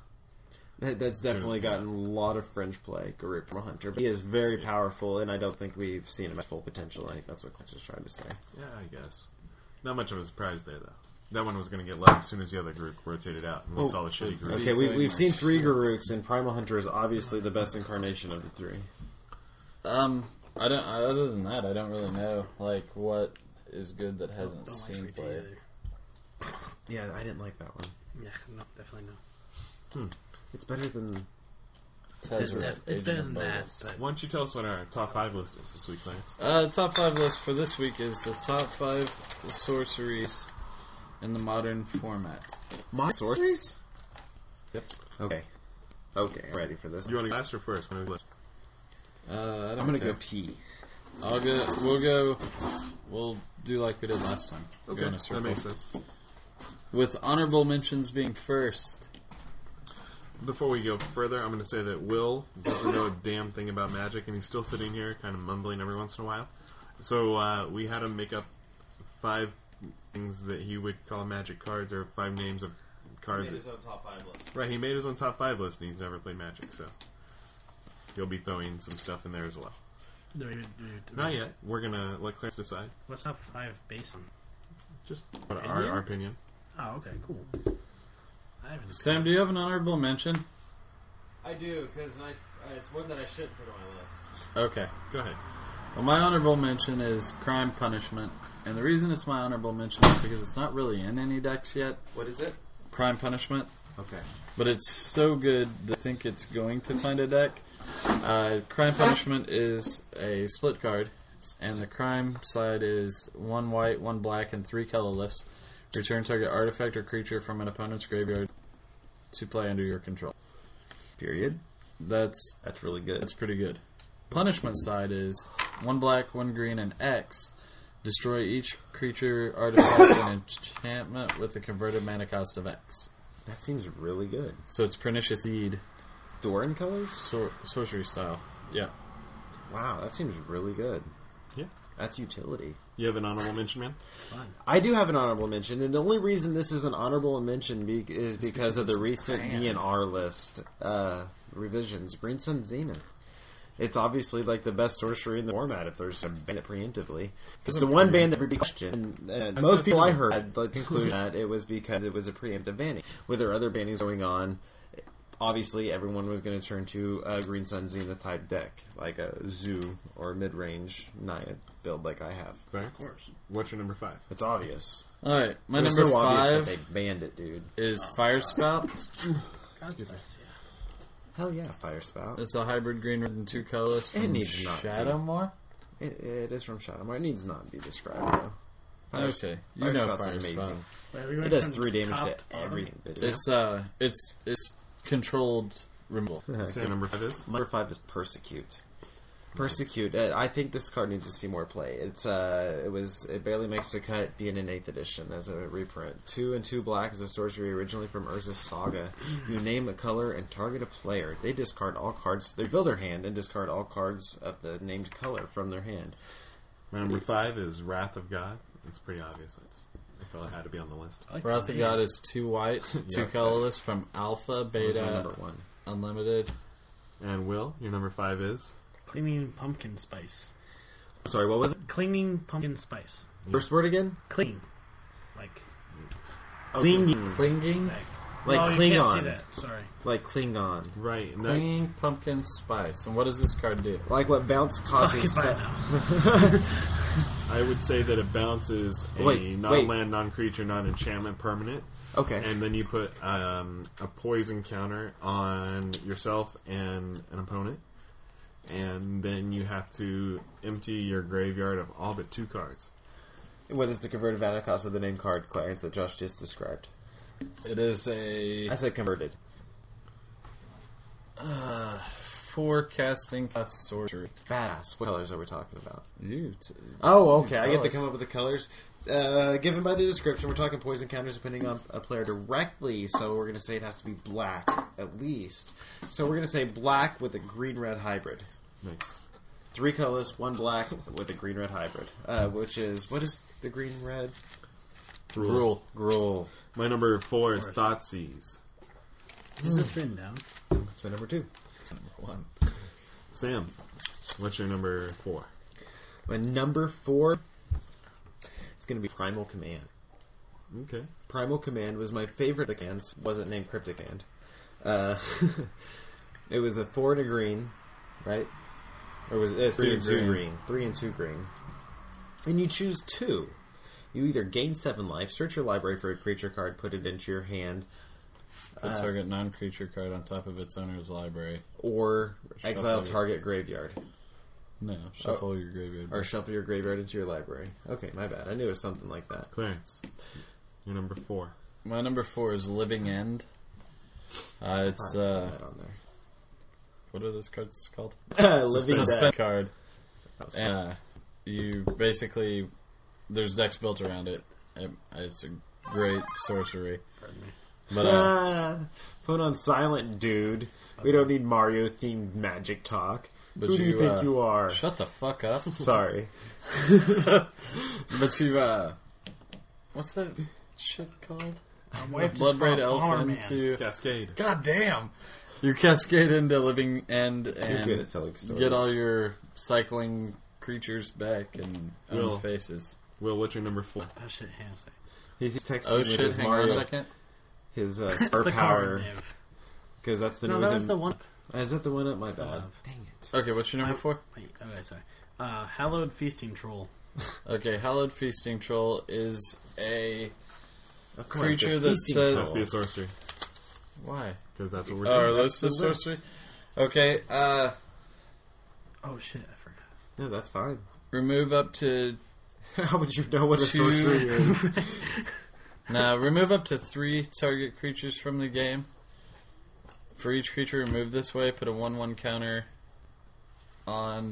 [SPEAKER 4] That, that's definitely gotten a lot of fringe play, Garip from Hunter, but he is very powerful, and I don't think we've seen him at full potential. I think that's what Clutch is trying to say.
[SPEAKER 3] Yeah, I guess. Not much of a surprise there, though. That one was gonna get left as soon as the other group rotated out, and we saw
[SPEAKER 5] Oh,
[SPEAKER 3] the shitty group.
[SPEAKER 4] Okay, we,
[SPEAKER 5] Vetoing
[SPEAKER 4] we've
[SPEAKER 5] my
[SPEAKER 4] seen three Garuks, and Primal Hunter is obviously the best incarnation of the three.
[SPEAKER 5] Um, I don't. I- Other than that, I don't really know like what is good that hasn't
[SPEAKER 6] Don't like
[SPEAKER 5] seen
[SPEAKER 6] sweet tea
[SPEAKER 5] play.
[SPEAKER 6] either.
[SPEAKER 4] Yeah, I didn't like that one.
[SPEAKER 6] Yeah, no, definitely no.
[SPEAKER 4] It's better than
[SPEAKER 6] It's,
[SPEAKER 5] Tezzer,
[SPEAKER 6] def- it's
[SPEAKER 5] Agent
[SPEAKER 6] better
[SPEAKER 5] of
[SPEAKER 6] than that,
[SPEAKER 5] Bolas.
[SPEAKER 6] but
[SPEAKER 3] Why don't you tell us what our top five list is this week, Clarence?
[SPEAKER 5] Uh, top five list for this week is the top five sorceries in the modern format.
[SPEAKER 4] my sorceries. Yep. Okay. Okay, I'm ready for this.
[SPEAKER 3] You want to go last or first? When we list?
[SPEAKER 5] Uh, I don't
[SPEAKER 4] I'm gonna
[SPEAKER 5] care.
[SPEAKER 4] go pee.
[SPEAKER 5] I'll go. We'll go. We'll do like we did last time. Okay, go in a circle.
[SPEAKER 3] that makes sense.
[SPEAKER 5] With honorable mentions being first.
[SPEAKER 3] Before we go further, I'm going to say that Will doesn't know a damn thing about magic, and he's still sitting here, kind of mumbling every once in a while. So uh, we had him make up five things that he would call magic cards, or five names of cards. that-
[SPEAKER 4] own top five list.
[SPEAKER 3] right, he made his own top five list, and he's never played magic, so he'll be throwing some stuff in there as well.
[SPEAKER 6] no, you- you-
[SPEAKER 3] Not yet. We're gonna let Clarence decide.
[SPEAKER 6] What's top five based on?
[SPEAKER 3] Just what our, our opinion.
[SPEAKER 4] Ah,
[SPEAKER 6] Oh, okay, cool. I haven't.
[SPEAKER 5] Sam, do you have an honorable mention?
[SPEAKER 4] I do because I, it's one that I should put on my list.
[SPEAKER 5] Okay.
[SPEAKER 3] Go ahead.
[SPEAKER 5] Well, my honorable mention is crime punishment, and the reason it's my honorable mention is because it's not really in any decks yet.
[SPEAKER 4] What is it?
[SPEAKER 5] Crime punishment.
[SPEAKER 4] Okay.
[SPEAKER 5] but it's so good to think it's going to find a deck. Uh, crime punishment is a split card, and the crime side is one white, one black, and three colorless. Return target artifact or creature from an opponent's graveyard to play under your control.
[SPEAKER 4] Period.
[SPEAKER 5] That's
[SPEAKER 4] That's really good.
[SPEAKER 5] that's pretty good. Punishment side is one black, one green, and X. Destroy each creature, artifact, and enchantment with a converted mana cost of X.
[SPEAKER 4] That seems really good.
[SPEAKER 5] So it's pernicious seed
[SPEAKER 4] Doran colors?
[SPEAKER 5] sor- sorcery style. Yeah.
[SPEAKER 4] Wow, that seems really good.
[SPEAKER 3] Yeah.
[SPEAKER 4] That's utility.
[SPEAKER 3] You have an honorable mention, man.
[SPEAKER 4] I do have an honorable mention, and the only reason this is an honorable mention be- is because, of the recent DNR list uh, revisions. Green Sun Zenith. It's obviously like the best sorcery in the format if there's a ban it preemptively. It's the one ban that would be questioned. And, and most people I heard had the conclusion that it was because it was a preemptive banning. With their other bannings going on, obviously everyone was going to turn to a Green Sun Zenith type deck, like a Zoo or mid range Naya build like I have.
[SPEAKER 3] Clarence, of
[SPEAKER 6] course.
[SPEAKER 3] What's your number five?
[SPEAKER 4] It's obvious.
[SPEAKER 5] All right, my
[SPEAKER 4] It's
[SPEAKER 5] number
[SPEAKER 4] so obvious
[SPEAKER 5] five
[SPEAKER 4] that they Oh, banned it, dude.
[SPEAKER 5] is Fire Spout.
[SPEAKER 3] Excuse me.
[SPEAKER 4] Hell yeah, fire spout.
[SPEAKER 5] It's a hybrid green red and two colors
[SPEAKER 4] It
[SPEAKER 5] from
[SPEAKER 4] needs not be.
[SPEAKER 5] Shadowmore.
[SPEAKER 4] It, it is from Shadowmore. It needs not be described though. Fire-
[SPEAKER 5] Okay, you
[SPEAKER 4] Fire
[SPEAKER 5] know
[SPEAKER 4] Spout's
[SPEAKER 5] Fire Spout.
[SPEAKER 6] Wait, we
[SPEAKER 4] It
[SPEAKER 6] went
[SPEAKER 4] does
[SPEAKER 6] from
[SPEAKER 4] three damage
[SPEAKER 6] top
[SPEAKER 4] to
[SPEAKER 6] bottom?
[SPEAKER 4] everything. bitch.
[SPEAKER 5] It's uh, it's it's controlled removal.
[SPEAKER 3] Sam, number five is.
[SPEAKER 4] Number five is persecute. Persecute. Uh, I think this card needs to see more play. It's uh, it was it barely makes the cut being an eighth edition as a reprint. Two and two black is a sorcery originally from Urza's Saga. You name a color and target a player. They discard all cards. They fill their hand and discard all cards of the named color from their hand.
[SPEAKER 3] My number five is Wrath of God. It's pretty obvious. I just I felt it had to be on the list.
[SPEAKER 6] I like
[SPEAKER 5] Wrath
[SPEAKER 6] the
[SPEAKER 5] of
[SPEAKER 6] name.
[SPEAKER 5] God is two white, two
[SPEAKER 3] Yeah.
[SPEAKER 5] colorless from Alpha
[SPEAKER 4] That was my
[SPEAKER 5] Beta
[SPEAKER 4] number one.
[SPEAKER 5] Unlimited.
[SPEAKER 3] And Will, your number five is.
[SPEAKER 6] Clinging pumpkin spice.
[SPEAKER 4] Sorry, what was it?
[SPEAKER 6] Clinging pumpkin spice.
[SPEAKER 4] First word again?
[SPEAKER 6] Cling. Like,
[SPEAKER 4] Klingon.
[SPEAKER 5] Clinging,
[SPEAKER 6] like,
[SPEAKER 4] Like
[SPEAKER 6] oh, You can't
[SPEAKER 4] Klingon.
[SPEAKER 6] see that. Sorry.
[SPEAKER 4] Like Klingon.
[SPEAKER 3] Right. and that-
[SPEAKER 5] clinging pumpkin spice. And what does this card do?
[SPEAKER 4] Like what bounce
[SPEAKER 6] Okay,
[SPEAKER 4] causes.
[SPEAKER 6] bye
[SPEAKER 4] se-
[SPEAKER 6] now.
[SPEAKER 3] I would say that it bounces a
[SPEAKER 4] Wait, wait.
[SPEAKER 3] non land, non creature, non enchantment permanent.
[SPEAKER 4] okay.
[SPEAKER 3] And then you put um, a poison counter on yourself and an opponent. And then you have to empty your graveyard of all but two cards.
[SPEAKER 4] What is the converted mana cost of the name card, Clarence, that Josh just described?
[SPEAKER 5] It is a
[SPEAKER 4] I said converted.
[SPEAKER 5] four casting cast sorcery.
[SPEAKER 4] Badass. What colors are we talking about?
[SPEAKER 5] You t-
[SPEAKER 4] Oh, okay. I get to
[SPEAKER 5] Colors.
[SPEAKER 4] come up with the colors. uh, given by the description, we're talking poison counters depending on a player directly, so we're going to say it has to be black at least. So we're going to say black with a green red hybrid.
[SPEAKER 3] Nice.
[SPEAKER 4] Three colors, one black with a green red hybrid, uh, which is what is the green red
[SPEAKER 3] Rule.
[SPEAKER 4] gruel?
[SPEAKER 3] My number four is Thoughtseize.
[SPEAKER 6] Is this written down?
[SPEAKER 4] That's my number two.
[SPEAKER 1] One.
[SPEAKER 3] Sam, what's your number four?
[SPEAKER 4] My number four, it's going to be primal command.
[SPEAKER 3] Okay.
[SPEAKER 4] Primal Command was my favorite against. Wasn't named Cryptic Command. Uh, it was a four and a green, right? Or was it uh, three,
[SPEAKER 3] Two
[SPEAKER 4] and two
[SPEAKER 3] green.
[SPEAKER 4] green? Three and two green. And you choose two. You either gain seven life, search your library for a creature card, put it into your hand,
[SPEAKER 5] Put
[SPEAKER 4] Uh,
[SPEAKER 5] target non creature card on top of its owner's library.
[SPEAKER 4] or exile
[SPEAKER 5] Shuffle.
[SPEAKER 4] target graveyard,
[SPEAKER 5] No, shuffle your graveyard.
[SPEAKER 4] oh. or shuffle your graveyard into your library. Okay, my bad. I knew it was something like that.
[SPEAKER 3] Clarence, your number four.
[SPEAKER 5] My number four is Living End. Uh, it's uh,
[SPEAKER 4] That on there.
[SPEAKER 5] what are those cards called?
[SPEAKER 4] Living
[SPEAKER 5] Suspend
[SPEAKER 4] Dead.
[SPEAKER 5] card.
[SPEAKER 4] Oh, sorry.
[SPEAKER 5] Uh, you basically there's decks built around it. It- It's a great sorcery. But uh,
[SPEAKER 4] Ah, Put on silent, dude. We don't need Mario themed magic talk.
[SPEAKER 5] But
[SPEAKER 4] Who do you
[SPEAKER 5] you,
[SPEAKER 4] think
[SPEAKER 5] uh,
[SPEAKER 4] you are?
[SPEAKER 5] shut the fuck up.
[SPEAKER 4] Sorry.
[SPEAKER 5] But you uh, what's that shit called?
[SPEAKER 6] I'm way
[SPEAKER 5] Bloodbraid Elf into
[SPEAKER 3] Cascade.
[SPEAKER 5] God damn. You cascade into Living End and
[SPEAKER 4] good at telling stories.
[SPEAKER 5] get all your cycling creatures back and own
[SPEAKER 3] Will.
[SPEAKER 5] faces.
[SPEAKER 3] Will, what's your number four?
[SPEAKER 6] Oh shit, hang on a second.
[SPEAKER 4] He's he's texting
[SPEAKER 5] Oh
[SPEAKER 4] with
[SPEAKER 5] shit!
[SPEAKER 4] his
[SPEAKER 5] Hang on a
[SPEAKER 4] Mario,
[SPEAKER 5] second.
[SPEAKER 4] his uh,
[SPEAKER 6] That's
[SPEAKER 4] star
[SPEAKER 6] the
[SPEAKER 4] power,
[SPEAKER 6] card, Dave.
[SPEAKER 4] because that's the
[SPEAKER 6] No,
[SPEAKER 4] new.
[SPEAKER 6] that was the one.
[SPEAKER 4] Is that the one up? My
[SPEAKER 5] uh,
[SPEAKER 4] bad.
[SPEAKER 6] one.
[SPEAKER 4] Dang it.
[SPEAKER 5] Okay, what's your number four?
[SPEAKER 6] Wait, okay, sorry. Uh, Hallowed Feasting Troll.
[SPEAKER 5] Okay, Hallowed Feasting Troll is a
[SPEAKER 4] Of course,
[SPEAKER 5] creature
[SPEAKER 4] the
[SPEAKER 5] that
[SPEAKER 4] feasting
[SPEAKER 5] says-
[SPEAKER 4] troll.
[SPEAKER 5] That's
[SPEAKER 3] Must be a sorcery,
[SPEAKER 5] why?
[SPEAKER 3] because that's what we're
[SPEAKER 5] Oh,
[SPEAKER 3] doing.
[SPEAKER 5] are those the
[SPEAKER 4] that's the list.
[SPEAKER 5] sorcery? Okay, uh,
[SPEAKER 6] Oh shit, I forgot.
[SPEAKER 4] No, that's fine.
[SPEAKER 5] remove up to
[SPEAKER 4] How would you know what a
[SPEAKER 5] Two.
[SPEAKER 4] sorcery is?
[SPEAKER 5] now remove up to three target creatures from the game. For each creature removed this way, put a one-one counter on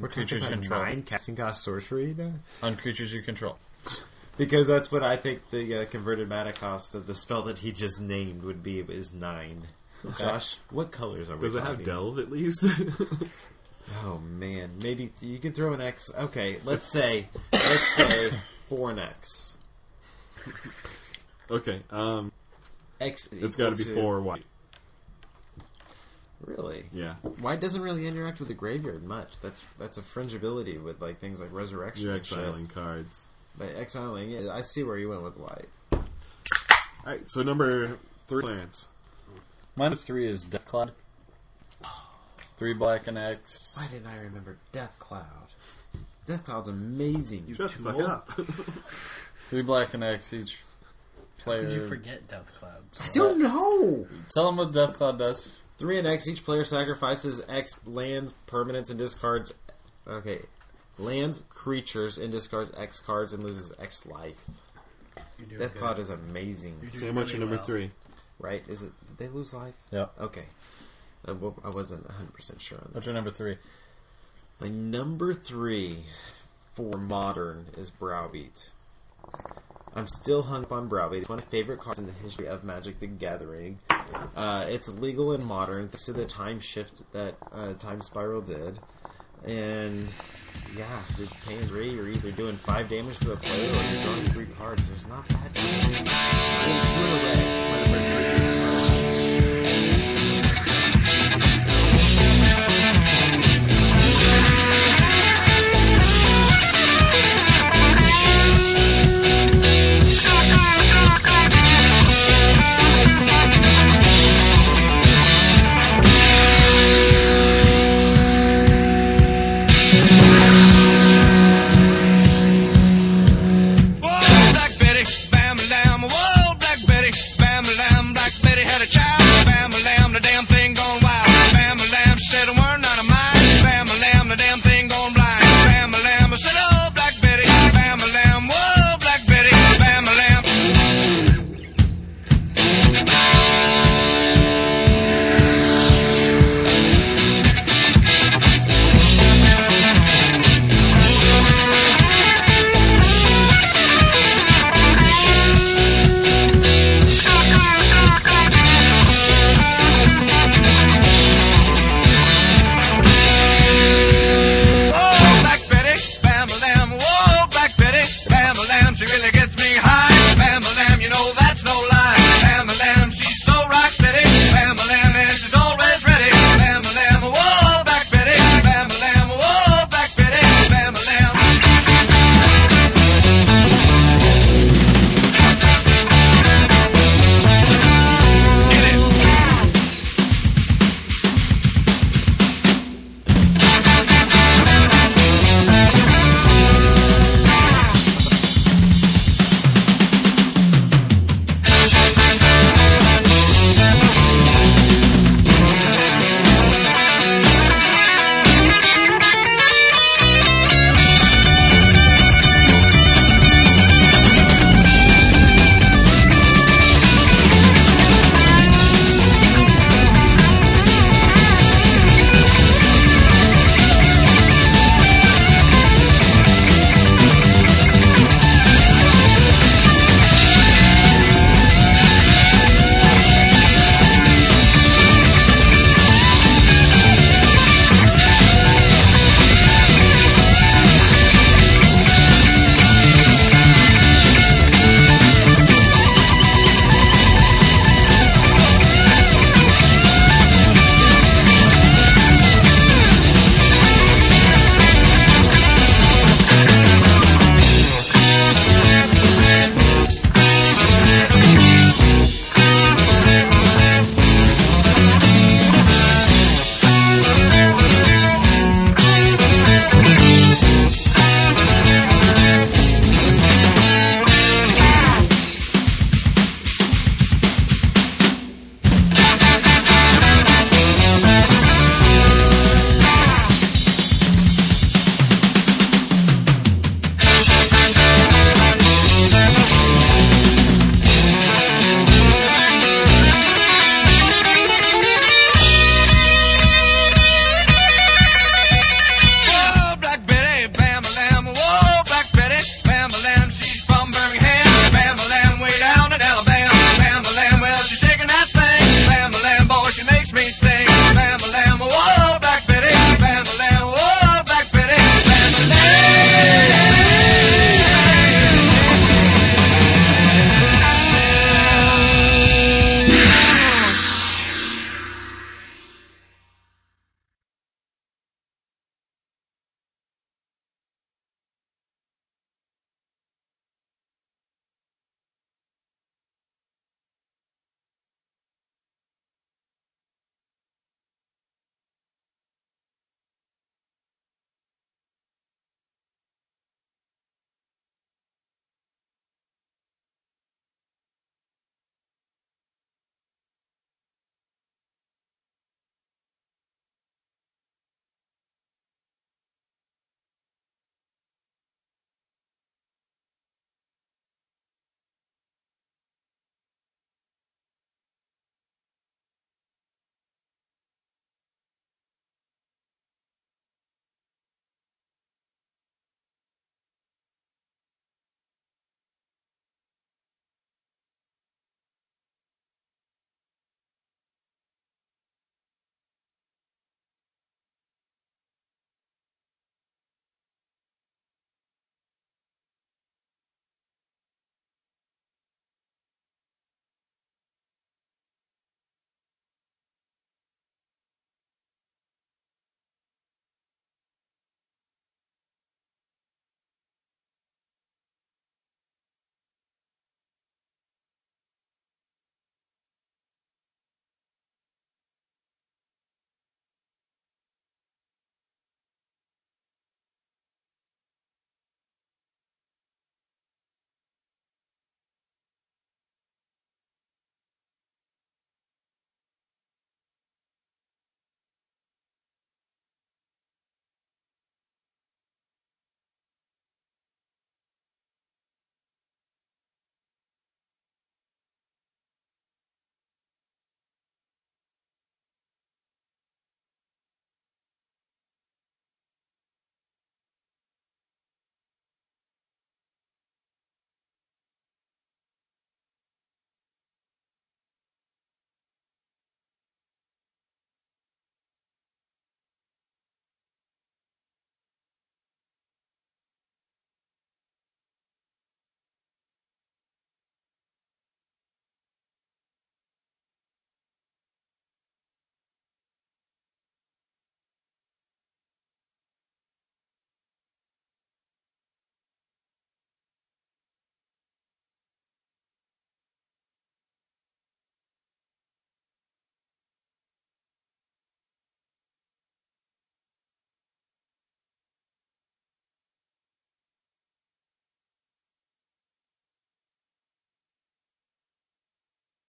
[SPEAKER 4] We're talking
[SPEAKER 5] creatures you
[SPEAKER 4] about a
[SPEAKER 5] control.
[SPEAKER 4] nine casting cost sorcery now?
[SPEAKER 5] On creatures you control.
[SPEAKER 4] because that's what I think the uh, converted mana cost of the spell that he just named would be is nine. Josh, what colors are we?
[SPEAKER 3] Does it have
[SPEAKER 4] talking?
[SPEAKER 3] delve at least?
[SPEAKER 4] Oh man, maybe th- you can throw an X. Okay, let's say let's say four an X.
[SPEAKER 3] okay. Um,
[SPEAKER 4] X. is
[SPEAKER 3] it's got to
[SPEAKER 4] equal
[SPEAKER 3] be four or white.
[SPEAKER 4] Really?
[SPEAKER 3] Yeah.
[SPEAKER 4] White doesn't really interact with the graveyard much. That's that's a fringe ability with like things like resurrection.
[SPEAKER 3] You're
[SPEAKER 4] and shit.
[SPEAKER 3] exiling cards.
[SPEAKER 4] But exiling. Yeah, I see where you went with white.
[SPEAKER 3] All right. So number three, Clarence.
[SPEAKER 5] Mine three is Deathclad. Three black and X.
[SPEAKER 4] Why didn't I remember Death Cloud? Death Cloud's amazing.
[SPEAKER 3] Shut the fuck up.
[SPEAKER 5] Three black and X each
[SPEAKER 6] Did
[SPEAKER 4] Uh,
[SPEAKER 6] you
[SPEAKER 5] player.
[SPEAKER 6] forget Death Cloud?
[SPEAKER 4] I don't know.
[SPEAKER 5] Tell them what Deathclad does.
[SPEAKER 4] Three and X. Each player sacrifices X lands, permanents, and discards. Okay, lands, creatures, and discards X cards and loses X life.
[SPEAKER 6] You're doing
[SPEAKER 4] Death
[SPEAKER 6] good.
[SPEAKER 4] Cloud is amazing,
[SPEAKER 6] You're doing
[SPEAKER 3] Sam, what's your
[SPEAKER 6] really
[SPEAKER 3] number
[SPEAKER 6] well.
[SPEAKER 3] three?
[SPEAKER 4] right? Is it? Did they lose life?
[SPEAKER 5] Yeah.
[SPEAKER 4] Okay, I, wa- I wasn't 100 percent sure on that.
[SPEAKER 5] What's your number three?
[SPEAKER 4] My number three for modern is Browbeat. I'm still hung up on Browbeat. It's one of my favorite cards in the history of Magic: The Gathering. Uh, it's legal in modern thanks to the time shift that uh, Time Spiral did, and yeah, you're paying three. You're either doing five damage to a player or you're drawing three cards. There's not that. many. Two in a red. One in a red.